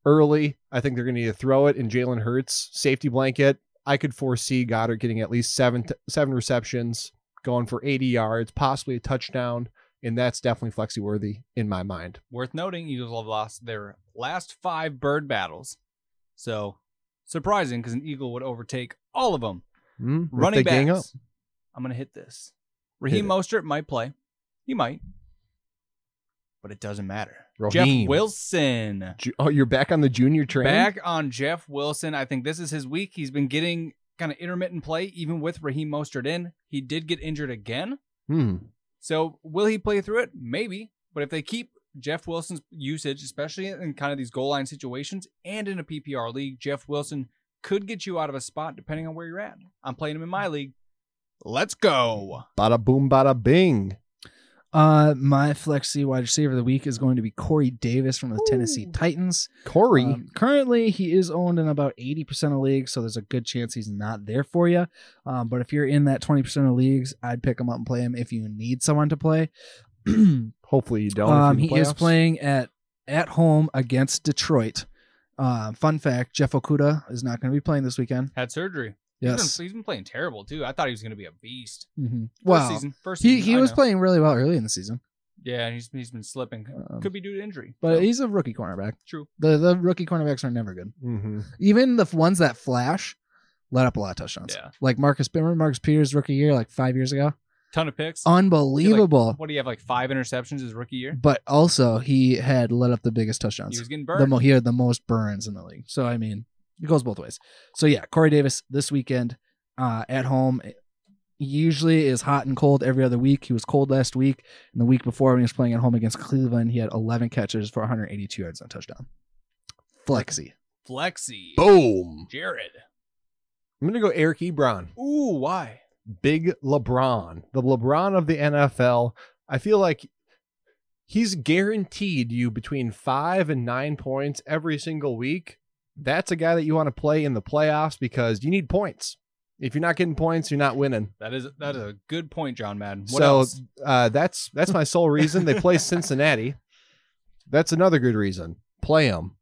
[SPEAKER 2] early. I think they're going to need to throw it in Jalen Hurts safety blanket. I could foresee Goddard getting at least seven t- seven receptions, going for 80 yards, possibly a touchdown, and that's definitely flexi worthy in my mind.
[SPEAKER 4] worth noting, Eagles have lost their last five bird battles. So surprising because an eagle would overtake all of them.
[SPEAKER 2] Mm, if
[SPEAKER 4] Running
[SPEAKER 2] they gang
[SPEAKER 4] backs.
[SPEAKER 2] up.
[SPEAKER 4] I'm gonna hit this. Raheem
[SPEAKER 2] it.
[SPEAKER 4] Mostert might play. He might, but it doesn't matter.
[SPEAKER 2] Raheem.
[SPEAKER 4] Jeff Wilson
[SPEAKER 2] Ju- Oh, you're back on the junior train.
[SPEAKER 4] back on Jeff Wilson. I think this is his week. He's been getting kind of intermittent play, even with Raheem Mostert in. He did get injured again.
[SPEAKER 2] Hmm.
[SPEAKER 4] So will he play through it? Maybe. But if they keep Jeff Wilson's usage, especially in kind of these goal line situations and in a PPR league, Jeff Wilson could get you out of a spot depending on where you're at. I'm playing him in my league. Let's go.
[SPEAKER 2] Bada boom, bada bing.
[SPEAKER 3] Uh, my flexi wide receiver of the week is going to be Corey Davis from the Tennessee Titans.
[SPEAKER 2] Corey.
[SPEAKER 3] Um, currently, he is owned in about 80% of leagues, so there's a good chance he's not there for you. Um, but if you're in that 20% of leagues, I'd pick him up and play him if you need someone to play. *clears throat*
[SPEAKER 2] hopefully you don't. if
[SPEAKER 3] um,
[SPEAKER 2] you're
[SPEAKER 3] he
[SPEAKER 2] in
[SPEAKER 3] is
[SPEAKER 2] playoffs.
[SPEAKER 3] playing at at home against Detroit. Uh, fun fact: Jeff Okuda is not going to be playing this weekend.
[SPEAKER 4] Had surgery. He's been-
[SPEAKER 3] Yes.
[SPEAKER 4] he's been playing terrible too. I thought he was going to be a beast.
[SPEAKER 3] Mm-hmm.
[SPEAKER 4] First
[SPEAKER 3] Well,
[SPEAKER 4] season, first
[SPEAKER 3] he
[SPEAKER 4] season,
[SPEAKER 3] he
[SPEAKER 4] I
[SPEAKER 3] was
[SPEAKER 4] know.
[SPEAKER 3] playing really well early in the season,
[SPEAKER 4] Yeah, he's he's been slipping.
[SPEAKER 3] Um,
[SPEAKER 4] Could be due to injury.
[SPEAKER 3] but
[SPEAKER 4] So,
[SPEAKER 3] he's a rookie cornerback.
[SPEAKER 4] true.
[SPEAKER 3] The the rookie cornerbacks are never good.
[SPEAKER 2] Mhm.
[SPEAKER 3] Even the f- ones that flash let up a lot of touchdowns.
[SPEAKER 4] Yeah.
[SPEAKER 3] Like Marcus Bimmer, Marcus Peters rookie year, like five years ago.
[SPEAKER 4] Ton of picks.
[SPEAKER 3] Uh,
[SPEAKER 4] He had, like,
[SPEAKER 3] Unbelievable.
[SPEAKER 4] what do you have? Like five interceptions his rookie year.
[SPEAKER 3] But also he had let up the biggest
[SPEAKER 4] He
[SPEAKER 3] touchdowns.
[SPEAKER 4] was getting
[SPEAKER 3] The
[SPEAKER 4] burned.
[SPEAKER 3] mo- he had the most burns in the league. So I mean, it goes both ways. So yeah, Corey Davis this weekend uh, at home it usually is hot and cold every other week. He was cold last week, and the week before when he was playing at home against Cleveland, he had 11 catches for 182 yards and a touchdown. Flexy.
[SPEAKER 4] Flexi.
[SPEAKER 2] Boom.
[SPEAKER 4] Jared.
[SPEAKER 2] I'm gonna go Eric Ebron.
[SPEAKER 4] Ooh, why?
[SPEAKER 2] big LeBron, the LeBron of the NFL. I feel like he's guaranteed you between five and nine points every single week. That's a guy that you want to play in the playoffs because you need points. If you're not getting points, you're not winning.
[SPEAKER 4] That is that is a good point, John Madden. What
[SPEAKER 2] so
[SPEAKER 4] else?
[SPEAKER 2] Uh, that's that's my sole reason.
[SPEAKER 4] *laughs*
[SPEAKER 2] They play Cincinnati. That's another good reason. Play them.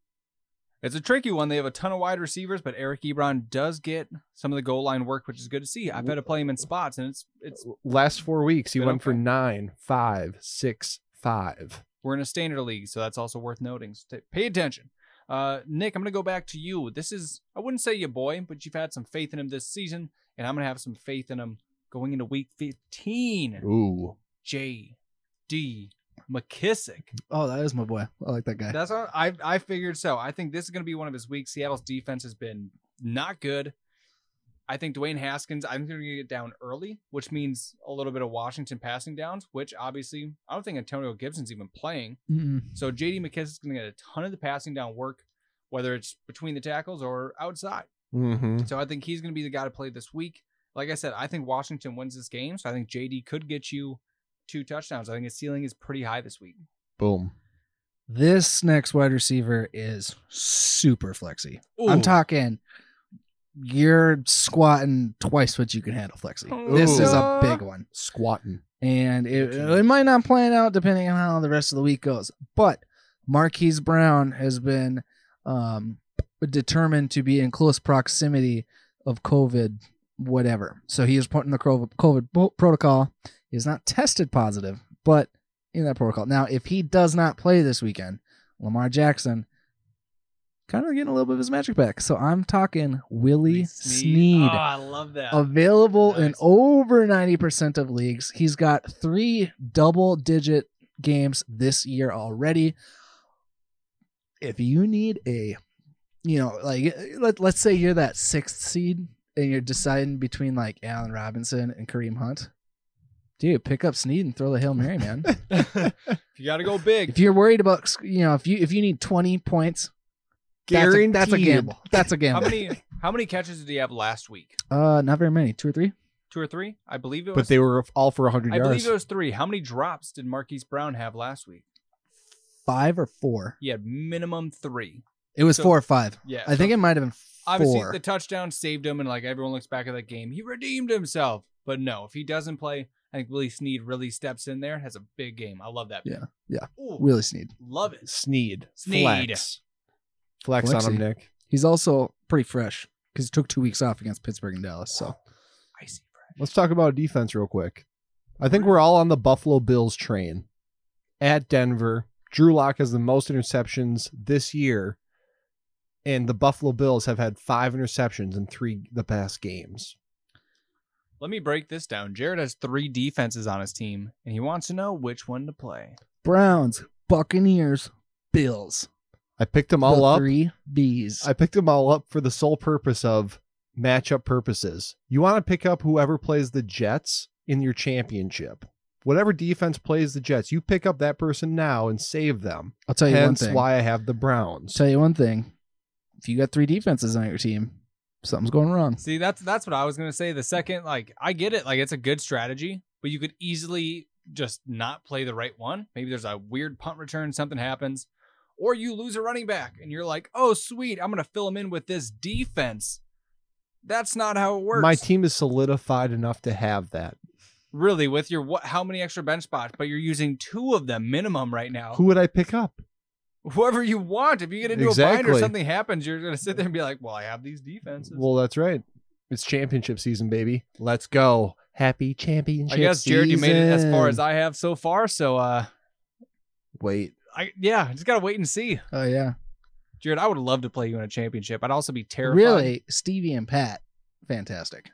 [SPEAKER 4] It's a tricky one. They have a ton of wide receivers, but Eric Ebron does get some of the goal line work, which is good to see. I've had to play him in spots, and it's it's
[SPEAKER 2] Last four weeks, he
[SPEAKER 4] Been
[SPEAKER 2] went for
[SPEAKER 4] okay.
[SPEAKER 2] nine, five, six, five.
[SPEAKER 4] we're in a standard league, so that's also worth noting. So ta- pay attention. Uh, Nick, I'm gonna go back to you. This is I wouldn't say your boy, but you've had some faith in him this season, and I'm gonna have some faith in him going into week 15.
[SPEAKER 2] Ooh.
[SPEAKER 4] J. D. McKissick.
[SPEAKER 3] Oh, that is my boy. I like that guy.
[SPEAKER 4] That's what I I figured so. I think this is going to be one of his weeks. Seattle's defense has been not good. I think Dwayne Haskins, I think they're going to get down early, which means a little bit of Washington passing downs, which obviously I don't think Antonio Gibson's even playing.
[SPEAKER 3] Mm-mm.
[SPEAKER 4] So JD McKissick's going to get a ton of the passing down work, whether it's between the tackles or outside.
[SPEAKER 2] Mm-hmm.
[SPEAKER 4] So I think he's going to be the guy to play this week. Like I said, I think Washington wins this game. So I think JD could get you two touchdowns. I think his ceiling is pretty high this week.
[SPEAKER 2] Boom.
[SPEAKER 3] This next wide receiver is super flexy.
[SPEAKER 4] Ooh.
[SPEAKER 3] I'm talking you're squatting twice what you can handle flexi. This is a
[SPEAKER 4] Ooh.
[SPEAKER 3] big one.
[SPEAKER 2] Squatting.
[SPEAKER 3] And it, it might not plan out depending on how the rest of the week goes. But Marquise Brown has been um, determined to be in close proximity of COVID, whatever. So he is put in the cro- COVID po- protocol. He is not tested positive, but in that protocol. Now, if he does not play this weekend, Lamar Jackson kind of getting a little bit of his magic back. So I'm talking Willie Sneed
[SPEAKER 4] Oh, I love that.
[SPEAKER 3] available in
[SPEAKER 4] Nice.
[SPEAKER 3] over 90% of leagues. He's got three double digit games this year already. If you need a, you know, like let, let's say you're that sixth seed and you're deciding between like Allen Robinson and Kareem Hunt, dude, pick up Snead and throw the Hail
[SPEAKER 4] *laughs*
[SPEAKER 3] Mary, man.
[SPEAKER 4] you got to go big.
[SPEAKER 3] if you're worried about, you know, if you if you need 20 points, that's a,
[SPEAKER 2] Guaranteed.
[SPEAKER 3] that's a gamble. That's a
[SPEAKER 4] How
[SPEAKER 3] gamble.
[SPEAKER 4] many how many catches did he have last week?
[SPEAKER 3] Uh, not very many, two or three.
[SPEAKER 4] Two or three? I believe it
[SPEAKER 2] But
[SPEAKER 4] was.
[SPEAKER 2] they were all for 100
[SPEAKER 4] I believe
[SPEAKER 2] yards.
[SPEAKER 4] it was three. How many drops did Marquise Brown have last week?
[SPEAKER 3] Five or four.
[SPEAKER 4] He had minimum three.
[SPEAKER 3] It was
[SPEAKER 4] So-
[SPEAKER 3] four or five.
[SPEAKER 4] Yeah.
[SPEAKER 3] I think it might have been
[SPEAKER 4] obviously
[SPEAKER 3] four.
[SPEAKER 4] the touchdown saved him, and like everyone looks back at that game, he redeemed himself. But no, if he doesn't play, I think Willie Sneed really steps in there and has a big game. I love that. pick.
[SPEAKER 3] Yeah, yeah.
[SPEAKER 4] Ooh,
[SPEAKER 3] Willie Sneed.
[SPEAKER 4] love it.
[SPEAKER 2] Sneed.
[SPEAKER 4] Sneed.
[SPEAKER 2] Flex. Flex on
[SPEAKER 3] Flexy.
[SPEAKER 2] him, Nick.
[SPEAKER 3] He's also pretty fresh because he took two weeks off against Pittsburgh and Dallas. So
[SPEAKER 4] I see. Brad.
[SPEAKER 2] Let's talk about defense real quick. I think we're all on the Buffalo Bills train. At Denver, Drew Lock has the most interceptions this year, and the Buffalo Bills have had five interceptions in three the past games.
[SPEAKER 4] Let me break this down. Jared has three defenses on his team, and he wants to know which one to play.
[SPEAKER 3] Browns, Buccaneers, Bills.
[SPEAKER 2] I picked them all
[SPEAKER 3] The
[SPEAKER 2] up.
[SPEAKER 3] Three B's.
[SPEAKER 2] I picked them all up for the sole purpose of matchup purposes. You want to pick up whoever plays the Jets in your championship. Whatever defense plays the Jets, you pick up that person now and save them.
[SPEAKER 3] I'll tell you one
[SPEAKER 2] Hence
[SPEAKER 3] thing.
[SPEAKER 2] why I have the Browns.
[SPEAKER 3] tell you one thing. If you got three defenses on your team, something's going wrong.
[SPEAKER 4] See, that's that's what I was gonna say. The second, like, I get it. Like, it's a good strategy, but you could easily just not play the right one. Maybe there's a weird punt return, something happens, or you lose a running back, and you're like, "Oh, sweet, I'm gonna fill him in with this defense." That's not how it works.
[SPEAKER 2] My team is solidified enough to have that.
[SPEAKER 4] really, with your what? How many extra bench spots? But you're using two of them minimum right now.
[SPEAKER 2] Who would I pick up?
[SPEAKER 4] Whoever you want. If you get into a bind or
[SPEAKER 2] Exactly.
[SPEAKER 4] something happens, you're gonna sit there and be like, "Well, I have these defenses."
[SPEAKER 2] Well, that's right. It's championship season, baby. Let's go. Happy championship
[SPEAKER 4] I guess Jared, you made it as far as
[SPEAKER 2] season.
[SPEAKER 4] I have so far. So, uh.
[SPEAKER 2] Wait.
[SPEAKER 4] I yeah, just gotta wait and see.
[SPEAKER 3] Oh yeah,
[SPEAKER 4] Jared, I would love to play you in a championship. I'd also be terrified.
[SPEAKER 3] really? Stevie and Pat, fantastic.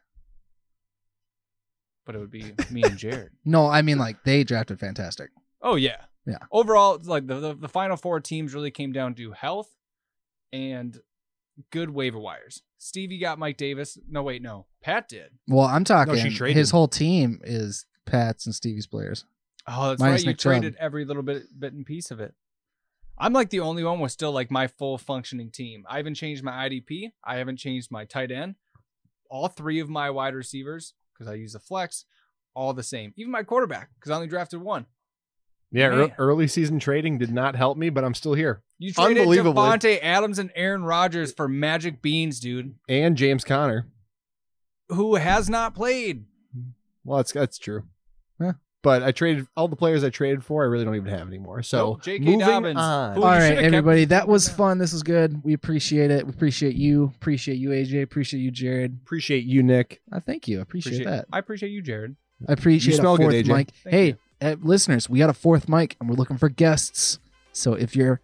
[SPEAKER 4] But it would be me and
[SPEAKER 3] *laughs*
[SPEAKER 4] Jared.
[SPEAKER 3] No, I mean like they drafted fantastic.
[SPEAKER 4] Oh yeah.
[SPEAKER 3] Yeah.
[SPEAKER 4] Overall, it's like the, the the final four teams really came down to health and good waiver wires. Stevie got Mike Davis. No, wait, no. Pat did.
[SPEAKER 3] Well, I'm talking
[SPEAKER 2] traded
[SPEAKER 3] his
[SPEAKER 2] him.
[SPEAKER 3] whole team is Pat's and Stevie's players.
[SPEAKER 4] Oh, that's right.
[SPEAKER 3] Minus
[SPEAKER 4] You
[SPEAKER 3] Nick Chubb.
[SPEAKER 4] traded every little bit bit and piece of it. I'm like the only one with still like my full functioning team. I haven't changed my IDP. I haven't changed my tight end. All three of my wide receivers, because I use the flex, all the same. Even my quarterback, because I only drafted one.
[SPEAKER 2] Yeah, ear
[SPEAKER 4] Man.
[SPEAKER 2] early season trading did not help me, but I'm still here.
[SPEAKER 4] You traded
[SPEAKER 2] Unbelievably.
[SPEAKER 4] Devontae Adams and Aaron Rodgers for Magic Beans, dude,
[SPEAKER 2] And James Conner.
[SPEAKER 4] who has not played.
[SPEAKER 2] Well, that's that's true.
[SPEAKER 3] Yeah.
[SPEAKER 2] But I traded all the players I traded for. I really don't even have anymore. So
[SPEAKER 4] Nope, J.K.
[SPEAKER 2] moving
[SPEAKER 4] Dobbins.
[SPEAKER 2] on.
[SPEAKER 4] Who- Well,
[SPEAKER 3] All
[SPEAKER 4] you
[SPEAKER 3] right,
[SPEAKER 4] should've kept-
[SPEAKER 3] everybody, that was
[SPEAKER 4] Yeah.
[SPEAKER 3] fun. This was good. We appreciate it. We appreciate you. Appreciate you, AJ. Appreciate you, Jared.
[SPEAKER 2] Appreciate you, Nick.
[SPEAKER 3] I thank you. I appreciate, that.
[SPEAKER 4] I appreciate you, Jared.
[SPEAKER 3] I appreciate
[SPEAKER 2] You smell
[SPEAKER 3] a
[SPEAKER 2] good,
[SPEAKER 3] fourth
[SPEAKER 2] AJ.
[SPEAKER 3] mic.
[SPEAKER 4] Thank
[SPEAKER 3] hey,
[SPEAKER 4] you.
[SPEAKER 3] uh, listeners, we got a fourth mic, and we're looking for guests. So if you're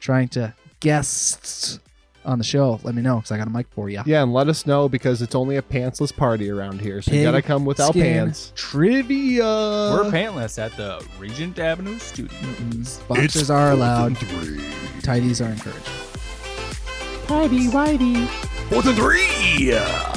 [SPEAKER 3] trying to guests on the show, let me know because I got a mic for you.
[SPEAKER 2] Yeah, and let us know because it's only a pantsless party around here. So you
[SPEAKER 3] Pig
[SPEAKER 2] gotta come without
[SPEAKER 3] skin
[SPEAKER 2] pants. Trivia.
[SPEAKER 3] Uh,
[SPEAKER 4] We're pantless at the Regent Avenue Studio.
[SPEAKER 3] Mm, Boxers are allowed. Tidies are encouraged.
[SPEAKER 5] Fourth and three.